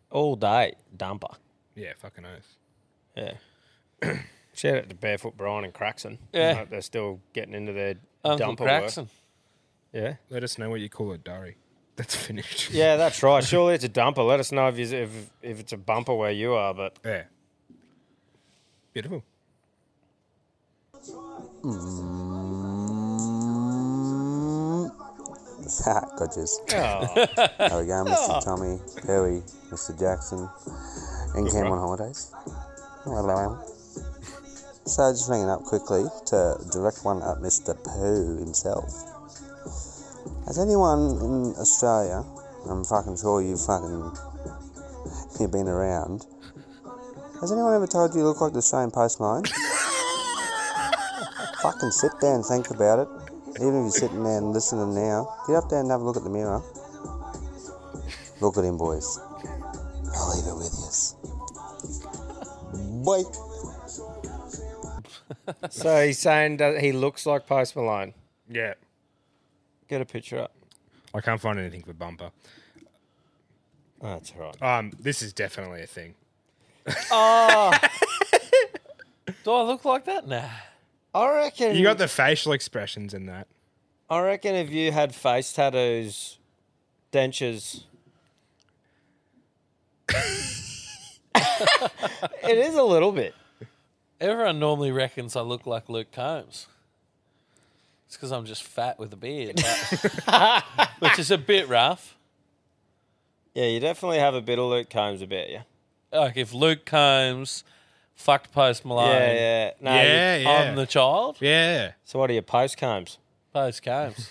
All day dumper.
Yeah, fucking oath. <clears throat>
Yeah. Shout out to Barefoot Brian and Craxon.
Yeah.
Hope they're still getting into their
Uncle
dumper work.
Craxon.
Yeah.
Let us know what you call it, Dari. <laughs> That's finished.
Yeah, that's right. Surely it's a dumper. Let us know if you, if if it's a bumper where you are. But
yeah, beautiful.
Mm. Gotchas.
Oh.
There we
<laughs>
go, Mr.
Oh.
Tommy, Perry, Mr. Jackson, and Cam on holidays. Hello. So just ringing up quickly to direct one at Mr. Pooh himself. Has anyone in Australia, I'm fucking sure you fucking <laughs> you've been around, has anyone ever told you you look like the Australian Postman? fucking sit there and think about it. Even if you're sitting there and listening now, get up there and have a look at the mirror. Look at him, boys. I'll leave it with you. Boy.
<laughs> so he's saying that he looks like Post Malone.
<laughs> Yeah.
Get a picture up.
I can't find anything for bumper.
Oh, That's right.
Um, this is definitely a thing.
Oh. do I look like that? Nah.
I reckon
You got the facial expressions in that.
I reckon if you had face tattoos, dentures. it is a little bit.
Everyone normally reckons I look like Luke Combs. It's because I'm just fat with a beard, but- <laughs> which is a bit rough.
Yeah, you definitely have a bit of Luke Combs about you.
Like if Luke Combs fucked Post Malone,
Yeah, yeah. No, you-
yeah, I'm the child.
Yeah.
So what are your post combs? <laughs>
Post Combs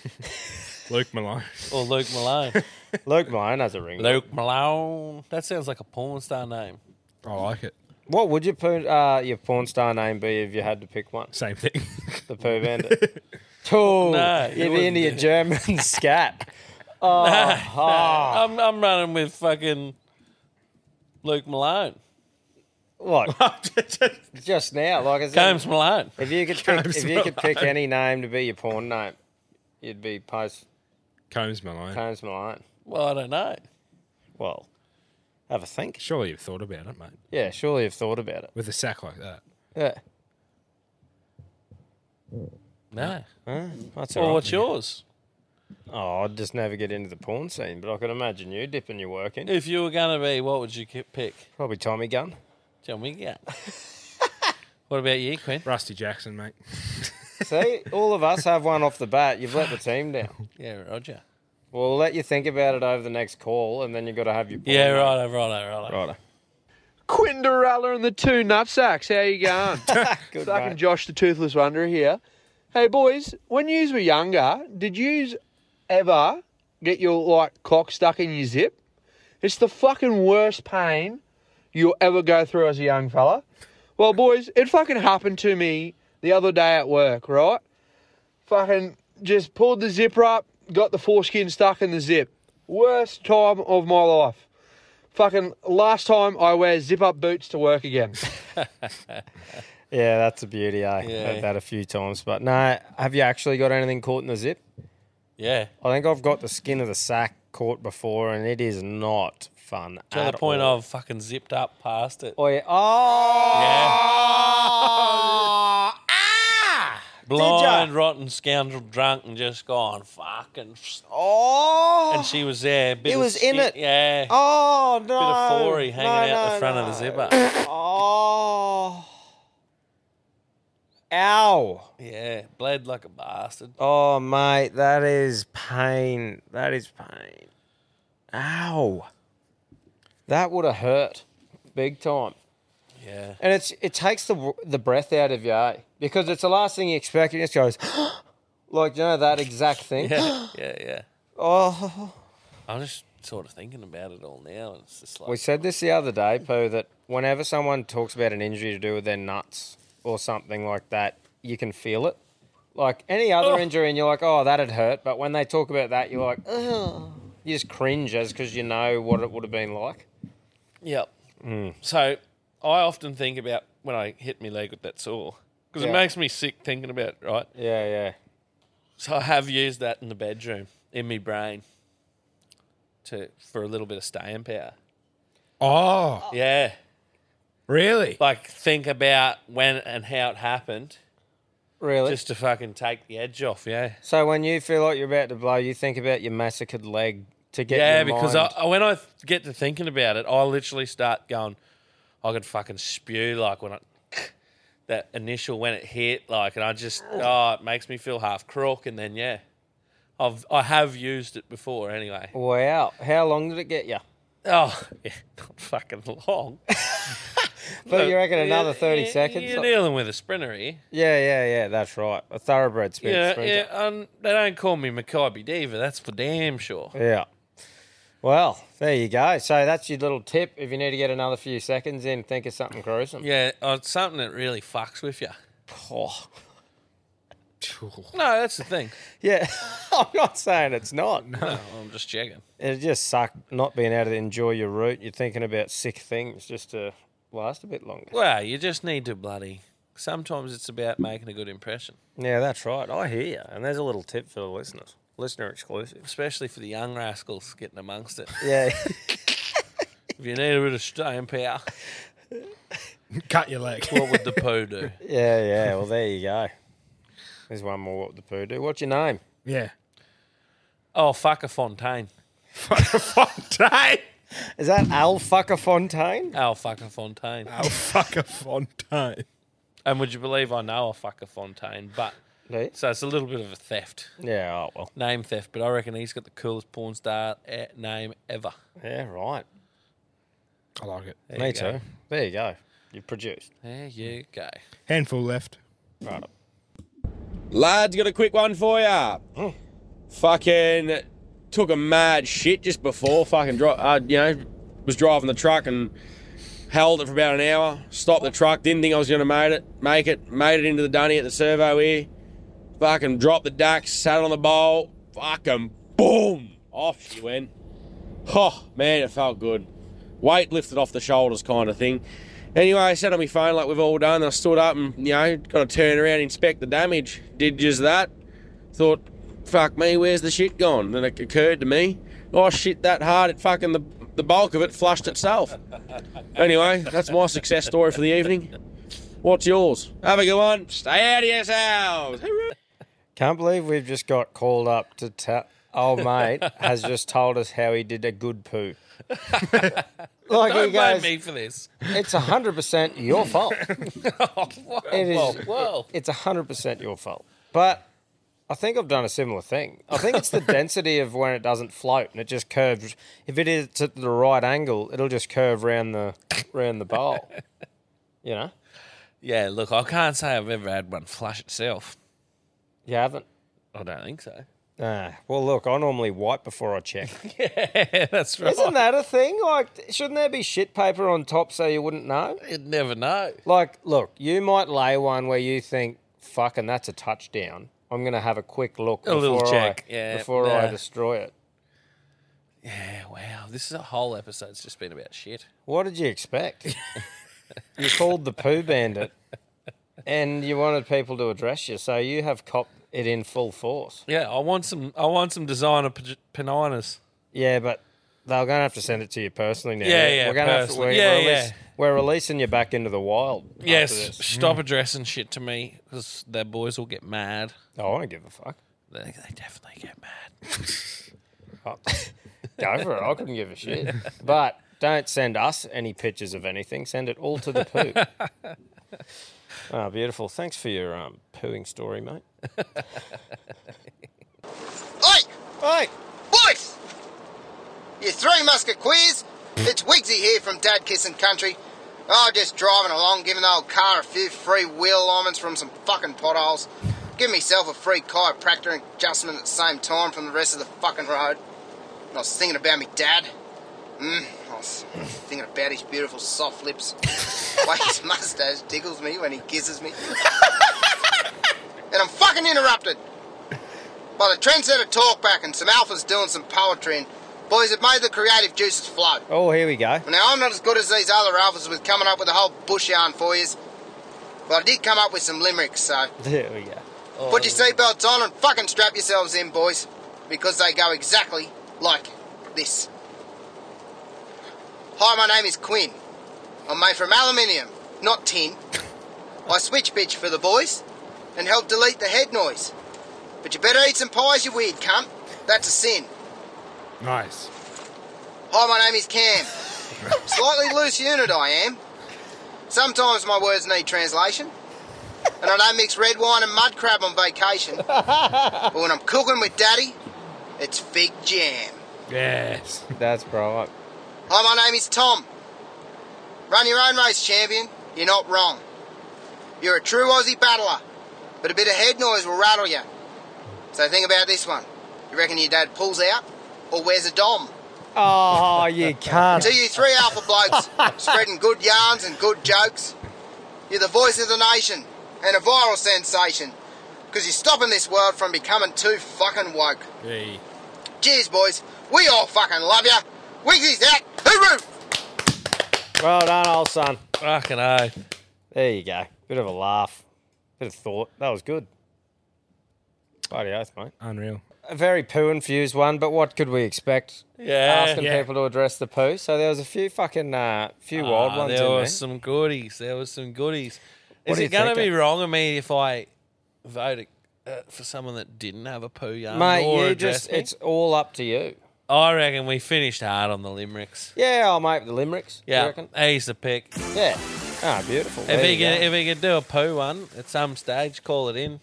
Luke Malone
or Luke Malone.
Luke Malone has a ring.
Luke Malone. That sounds like a porn star name.
I like it.
What would your porn, uh, your porn star name be if you had to pick one?
Same thing.
The
<laughs>
Pooh Bandit. Cool.
No, it
you'd be
wouldn't
into your
do.
German <laughs> scat. Oh, ha.
I'm, I'm running with fucking Luke Malone.
What? Just now, like I said,
James Malone.
If you could pick,
James
if you could pick
Malone.
any name to be your porn name, you'd be post
Combs Malone.
Combs Malone.
Well, I don't know.
Well, have a think.
Surely you've thought about it, mate.
Yeah, surely you've thought about it.
With a sack like that.
Yeah.
No.
Huh? That's
Well,
all right.
what's yours?
Oh, I'd just never get into the porn scene, but I could imagine you dipping your work in.
If you were going to be, what would you ki- pick?
Probably Tommy Gun.
Tommy Gun. <laughs> what about you, Quinn?
Rusty Jackson, mate.
<laughs> See, all of us have one off the bat. You've let the team down.
Yeah, Roger.
We'll let you think about it over the next call, and then you've got to have your porn
Yeah,
name.
righto, righto, righto.
Righto.
Quinton Durrella and the two nutsacks. How you going?
<laughs> Good,
Fucking
mate.
Josh the Toothless Wanderer here. Hey boys, when yous were younger, did yous ever get your like cock stuck in your zip? It's the fucking worst pain you'll ever go through as a young fella. Well, boys, it fucking happened to me the other day at work, right? Fucking just pulled the zipper up, got the foreskin stuck in the zip. Worst time of my life. Fucking last time I wear zip up boots to work again.
Yeah, that's a beauty. eh? I've
Yeah.
had that a few times, but no. Have you actually got anything caught in the zip?
Yeah.
I think I've got the skin of the sack caught before, and it is not fun.
To
at
the point
all.
of fucking zipped up past it.
Oh yeah. Oh.
Blind, rotten, scoundrel, drunk, and just gone fucking. s-
Oh.
And she was there. Bit
He
of
was in it.
shit, Yeah.
Oh no.
Bit of fory hanging
No,
out
no,
the front of the
no.
zipper.
Oh. Ow.
Yeah, bled like a bastard.
Oh mate, that is pain. That is pain. Ow. That would have hurt, big time.
Yeah.
And it's it takes the the breath out of you eh? because it's the last thing you expect. It just goes <gasps> like you know that exact thing. <gasps>
Yeah, yeah, yeah.
Oh.
I'm just sort of thinking about it all now. and It's just like
We said this the other day, Pooh, that whenever someone talks about an injury to do with their nuts or something like that, you can feel it. Like any other
Oh.
injury, and you're like, oh, that'd hurt. But when they talk about that, you're like, oh. You just cringe as because you know what it would have been like.
Yep.
Mm.
So I often think about when I hit my leg with that saw because
Yeah.
it makes me sick thinking about it, right?
Yeah, yeah.
So I have used that in the bedroom in my brain to for a little bit of staying power.
Oh,
Yeah.
Really?
Like think about when and how it happened.
Really?
Just to fucking take the edge off, yeah.
So when you feel like you're about to blow, you think about your massacred leg to get
yeah,
your
because I,
mind-
I- when I th- get to thinking about it, I literally start going, I could fucking spew like when I <clears throat> that initial when it hit, like, and I just oh, it makes me feel half crook, and then yeah, I've I have used it before anyway.
Wow. How long did it get you?
Oh, yeah, <laughs> Oh, not <laughs> fucking
<laughs>
long.
But you reckon another 30
you-
seconds?
You're dealing with a sprinter here.
Yeah, yeah, yeah. That's right. A thoroughbred speed
Yeah,
sprinter.
yeah. Um, they don't call me Maccabi Diva. That's for damn sure.
Yeah. Well, there you go. So that's your little tip. If you need to get another few seconds in, think of something gruesome.
Yeah, oh, it's something that really fucks with you. <laughs> No, that's the thing.
<laughs> Yeah, I'm not saying it's not.
<laughs> No, <laughs> I'm just checking.
It just sucked not being able to enjoy your route. You're thinking about sick things just to last a bit longer.
Well, you just need to bloody. Sometimes it's about making a good impression,
Yeah, that's right. I hear you. And there's a little tip for the listeners, listener exclusive.
especially for the young rascals getting amongst it.
<laughs> Yeah.
if you need a bit of staying power,
cut your leg.
What would the poo do?
Yeah, yeah. Well, there you go. There's one more. What the poo do? What's your name?
Yeah.
Oh, fuck a Fontaine.
Fontaine. Is that Al Fucker Fontaine?
Al Fucker Fontaine.
Al Fucker Fontaine.
And would you believe I know a Fucker Fontaine? But so it's a little bit of a theft.
Yeah, oh well.
Name theft, but I reckon he's got the coolest porn star eh, name ever.
Yeah, right.
I like it.
There
Me
you go.
too. There you go. You've produced.
There you go.
Handful left.
Right.
Lads, got a quick one for ya. Fucking took a mad shit just before fucking dri Uh, you know, was driving the truck and held it for about an hour. Stopped the truck. Didn't think I was gonna make it. Make it. Made it into the dunny at the servo here. Fucking dropped the duck. Sat on the bowl. Fucking boom. Off she went. Oh man, it felt good. Weight lifted off the shoulders, kind of thing. Anyway, I sat on my phone like we've all done. I stood up and you know got to turn around, inspect the damage. Did just that. Thought, fuck me, where's the shit gone? Then it occurred to me, oh shit, that hard. It fucking the the bulk of it flushed itself. anyway, that's my success story for the evening. What's yours? Have a good one. Stay out of yourselves.
Can't believe we've just got called up to tell. Old mate has just told us how he did a good
<laughs>
poo. like
Don't
he
blame
goes,
me for this.
it's hundred percent your
<laughs>
fault. it is.
Oh, well, well.
It's hundred percent your fault. But I think I've done a similar thing. I think
<laughs>
it's the density of when it doesn't float and it just curves. If it is at the right angle, it'll just curve round the round the bowl. You know.
Yeah, look, I can't say I've ever had one flush itself.
You haven't.
I don't think so.
Ah, well, look, I normally wipe before I check.
<laughs> Yeah, that's right.
Isn't that a thing? Like, shouldn't there be shit paper on top so you wouldn't know?
You'd never know.
Like, look, you might lay one where you think, fucking, that's a touchdown. I'm going to have a quick look
A little
before I-
check, yeah,
before I
nah.
destroy it.
Wow, this is a whole episode. It's just been about shit.
What did you expect? you called the poo bandit and you wanted people to address you, so you have copped it in full force.
Yeah, I want some. I want some designer p- paninas.
Yeah, but they're going to have to send it to you personally now.
Yeah, yeah,
We're going to have to.
personally.
We're,
Yeah,
we're,
yeah.
releas- we're releasing you back into the wild. after
Yes,
this. Hmm.
stop addressing shit to me because their boys will get mad.
Oh, I don't give a fuck.
They, they definitely get mad. <laughs>
Oh, <laughs> Go for it. I couldn't give a shit. But don't send us any pictures of anything. Send it all to the poo.
<laughs>
Ah, beautiful. Thanks for your um, pooing story, mate.
Oi! Oi! Boys! You three musket queers! It's Wigsy here from Dad Kissin' Country. Oh, just driving along, giving the old car a few free wheel alignments from some fucking potholes. Give myself a free chiropractor adjustment at the same time from the rest of the fucking road. And I was thinking about me dad. Mm, I was thinking about his beautiful soft lips. Why his mustache tickles me when he kisses me. and I'm fucking interrupted by the trendsetter talkback and some alphas doing some poetry and boys have made the creative juices flow.
Oh, here we go.
Now I'm not as good as these other alphas with coming up with a whole bush yarn for you, but I did come up with some limericks, so
There we go.
Oh.
put your seatbelts on and fucking strap yourselves in, boys, because they go exactly like this. Hi, my name is Quinn. I'm made from aluminium, not tin. I switch bitch for the boys and help delete the head noise. But you better eat some pies, you weird cunt. That's a sin.
Nice.
Hi, my name is Cam. Slightly loose unit I am. Sometimes my words need translation. And I don't mix red wine and mud crab on vacation. But when I'm cooking with daddy, it's fig jam.
<laughs>
Yes. That's right.
Hi, my name is Tom. Run your own race, champion. You're not wrong. You're a true Aussie battler, but a bit of head noise will rattle you. So think about this one. You reckon your dad pulls out or wears a dom?
Oh, you can't.
To you three alpha blokes, spreading good yarns and good jokes. You're the voice of the nation and a viral sensation, because you're stopping this world from becoming too fucking woke.
Hey.
Cheers, boys. We all fucking love ya. Wigsy's out. Hooroo!
Well done, old son.
Fucking oh.
There you go. Bit of a laugh, bit of thought. That was good. Bloody oath, mate.
Unreal.
A very poo infused one, but what could we expect?
Yeah.
Asking
Yeah.
people to address the poo. So there was a few fucking, uh, few wild
Ah,
ones
There
in
were
there.
some goodies. There was some goodies.
What
Is
do
it
you
going to
think,
be
eh?
wrong of me if I vote uh, for someone that didn't have a poo yarn or
Mate, you
address
just,
me?
it's all up to you.
I reckon we finished hard on the limericks.
Yeah, I'll make the limericks. you
Yeah,
reckon?
he's the pick.
Yeah. Ah, beautiful.
If
There
he
you
can,
go.
if he can do a poo one at some stage, call it in.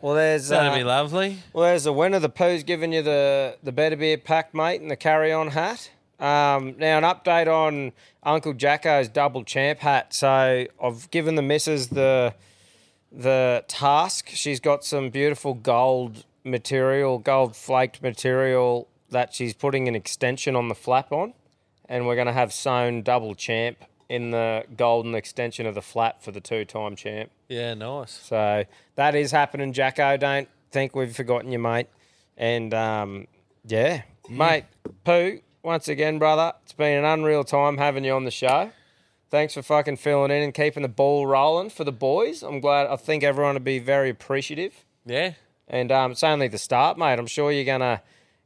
Well, there's.
That'd
uh,
be lovely.
Well, there's the winner. The poo's giving you the the better beer pack, mate, and the carry on hat. Um, now an update on Uncle Jacko's double champ hat. So I've given the missus the the task. She's got some beautiful gold material, gold flaked material that she's putting an extension on the flap on, and we're going to have sewn double champ in the golden extension of the flap for the two time champ.
Yeah, nice.
So that is happening, Jacko. Don't think we've forgotten you, mate. And um, yeah, mate, Pooh, once again, brother, it's been an unreal time having you on the show. Thanks for fucking filling in and keeping the ball rolling for the boys. I'm glad. I think everyone would be very appreciative.
Yeah.
And um, it's only the start, mate. I'm sure you're gonna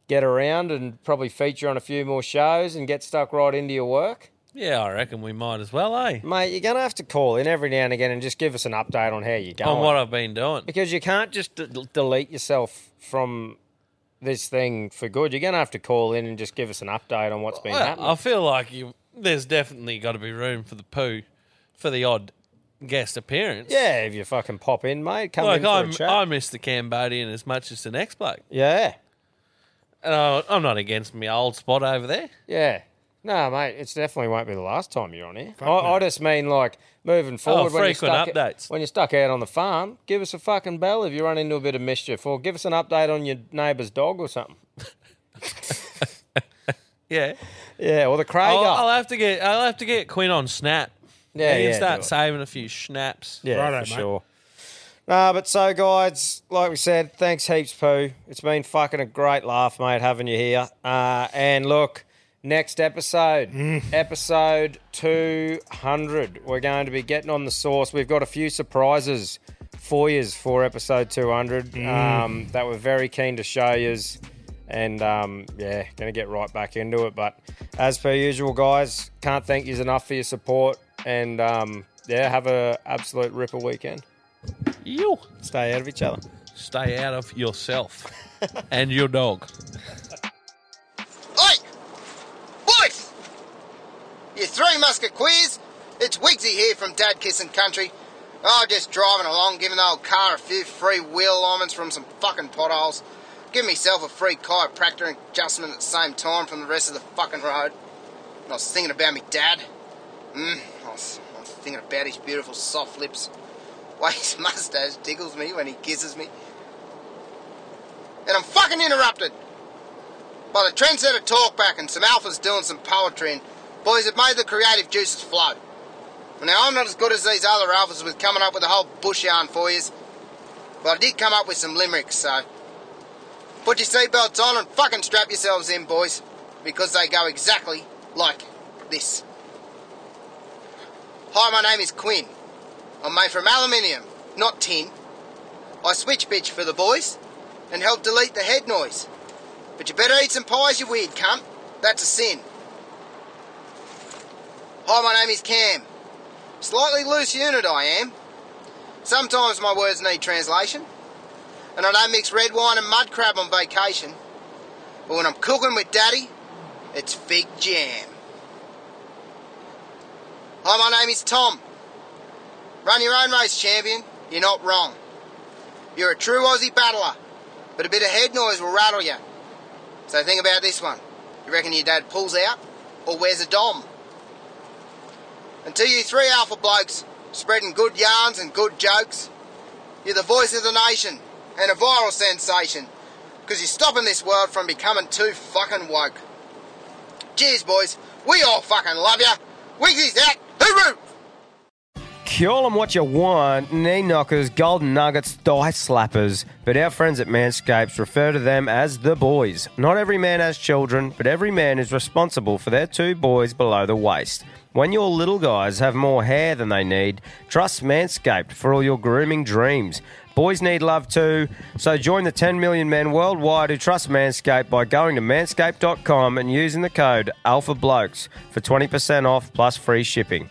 get around and probably feature on a few more shows and get stuck right into your work.
Yeah, I reckon we might as well, eh?
Mate, you're gonna have to call in every now and again and just give us an update on how you're going.
On what I've been doing.
Because you can't just d- d- delete yourself from this thing for good. You're going to have to call in and just give us an update on what's been
Well,
happening.
I feel like you. There's definitely got to be room for the poo, for the odd guest appearance.
yeah, if you fucking pop in, mate, come
like
in for
I'm,
a chat.
I miss the Cambodian as much as the next bloke.
yeah,
And I, I'm not against my old spot over there.
yeah. No, mate, it definitely won't be the last time you're on here. I, I just mean like moving forward. when you're
Oh, frequent
stuck,
updates.
When you're stuck out on the farm, give us a fucking bell if you run into a bit of mischief, or give us an update on your neighbour's dog or something.
<laughs> Yeah. Oh,
Yeah, or the Craig.
I'll,
up.
I'll have to get. I'll have to get Quinn on Snap.
Yeah,
He can
yeah, do
start
it.
saving a few snaps.
Yeah, Righto, for mate. sure. Nah, but so guys, like we said, thanks heaps, Pooh. It's been fucking a great laugh, mate, having you here. Uh, and look, next episode, episode 200, we're going to be getting on the source. We've got a few surprises for yous for episode 200
Mm.
um, that we're very keen to show yous.
and um, yeah, going to get right back into it. But as per usual, guys, can't thank yous enough for your support, and um, yeah, have a absolute ripper weekend. You stay out of each other.
Stay out of yourself <laughs> and your dog.
Boys! You three musket queers, it's Wigsy here from Dad Kissing Country. Oh, just driving along, giving the old car a few free wheel alignments from some fucking potholes. Give myself a free chiropractor adjustment at the same time from the rest of the fucking road. And I was thinking about me dad. Mm, I, was, I was thinking about his beautiful soft lips. <laughs> Why his mustache tickles me when he kisses me. And I'm fucking interrupted by the trendsetter talkback and some alphas doing some poetry and boys have made the creative juices flow. Now I'm not as good as these other alphas with coming up with a whole bush yarn for you, but I did come up with some limericks, so put your seatbelts on and fucking strap yourselves in, boys, because they go exactly like this. Hi, my name is Quinn. I'm made from aluminium, not tin. I switch bitch for the boys and help delete the head noise. But you better eat some pies, you weird cunt. That's a sin. Hi, my name is Cam. Slightly loose unit I am. Sometimes my words need translation. And I don't mix red wine and mud crab on vacation. But when I'm cooking with daddy, it's fig jam. Hi, my name is Tom. Run your own race, champion. You're not wrong. You're a true Aussie battler, but a bit of head noise will rattle you. So think about this one. You reckon your dad pulls out or wears a dom? And to you three alpha blokes, spreading good yarns and good jokes, you're the voice of the nation and a viral sensation, because you're stopping this world from becoming too fucking woke. Cheers, boys. We all fucking love ya. Wigsy's out. Hooroo!
Call them what you want, knee knockers, golden nuggets, dice slappers, but our friends at Manscapes refer to them as the boys. Not every man has children, but every man is responsible for their two boys below the waist. When your little guys have more hair than they need, trust Manscaped for all your grooming dreams. Boys need love too, so join the 10 million men worldwide who trust Manscaped by going to manscaped.com and using the code ALPHABLOKES for 20% off plus free shipping.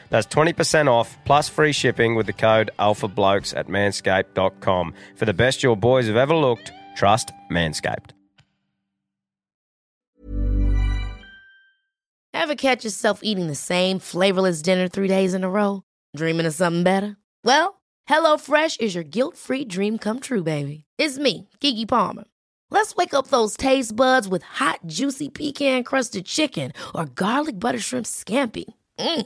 That's 20% off plus free shipping with the code ALPHABLOKES at manscaped.com. For the best your boys have ever looked, trust Manscaped.
Ever catch yourself eating the same flavorless dinner three days in a row? Dreaming of something better? Well, HelloFresh is your guilt free dream come true, baby. It's me, Gigi Palmer. Let's wake up those taste buds with hot, juicy pecan crusted chicken or garlic butter shrimp scampi. Mm.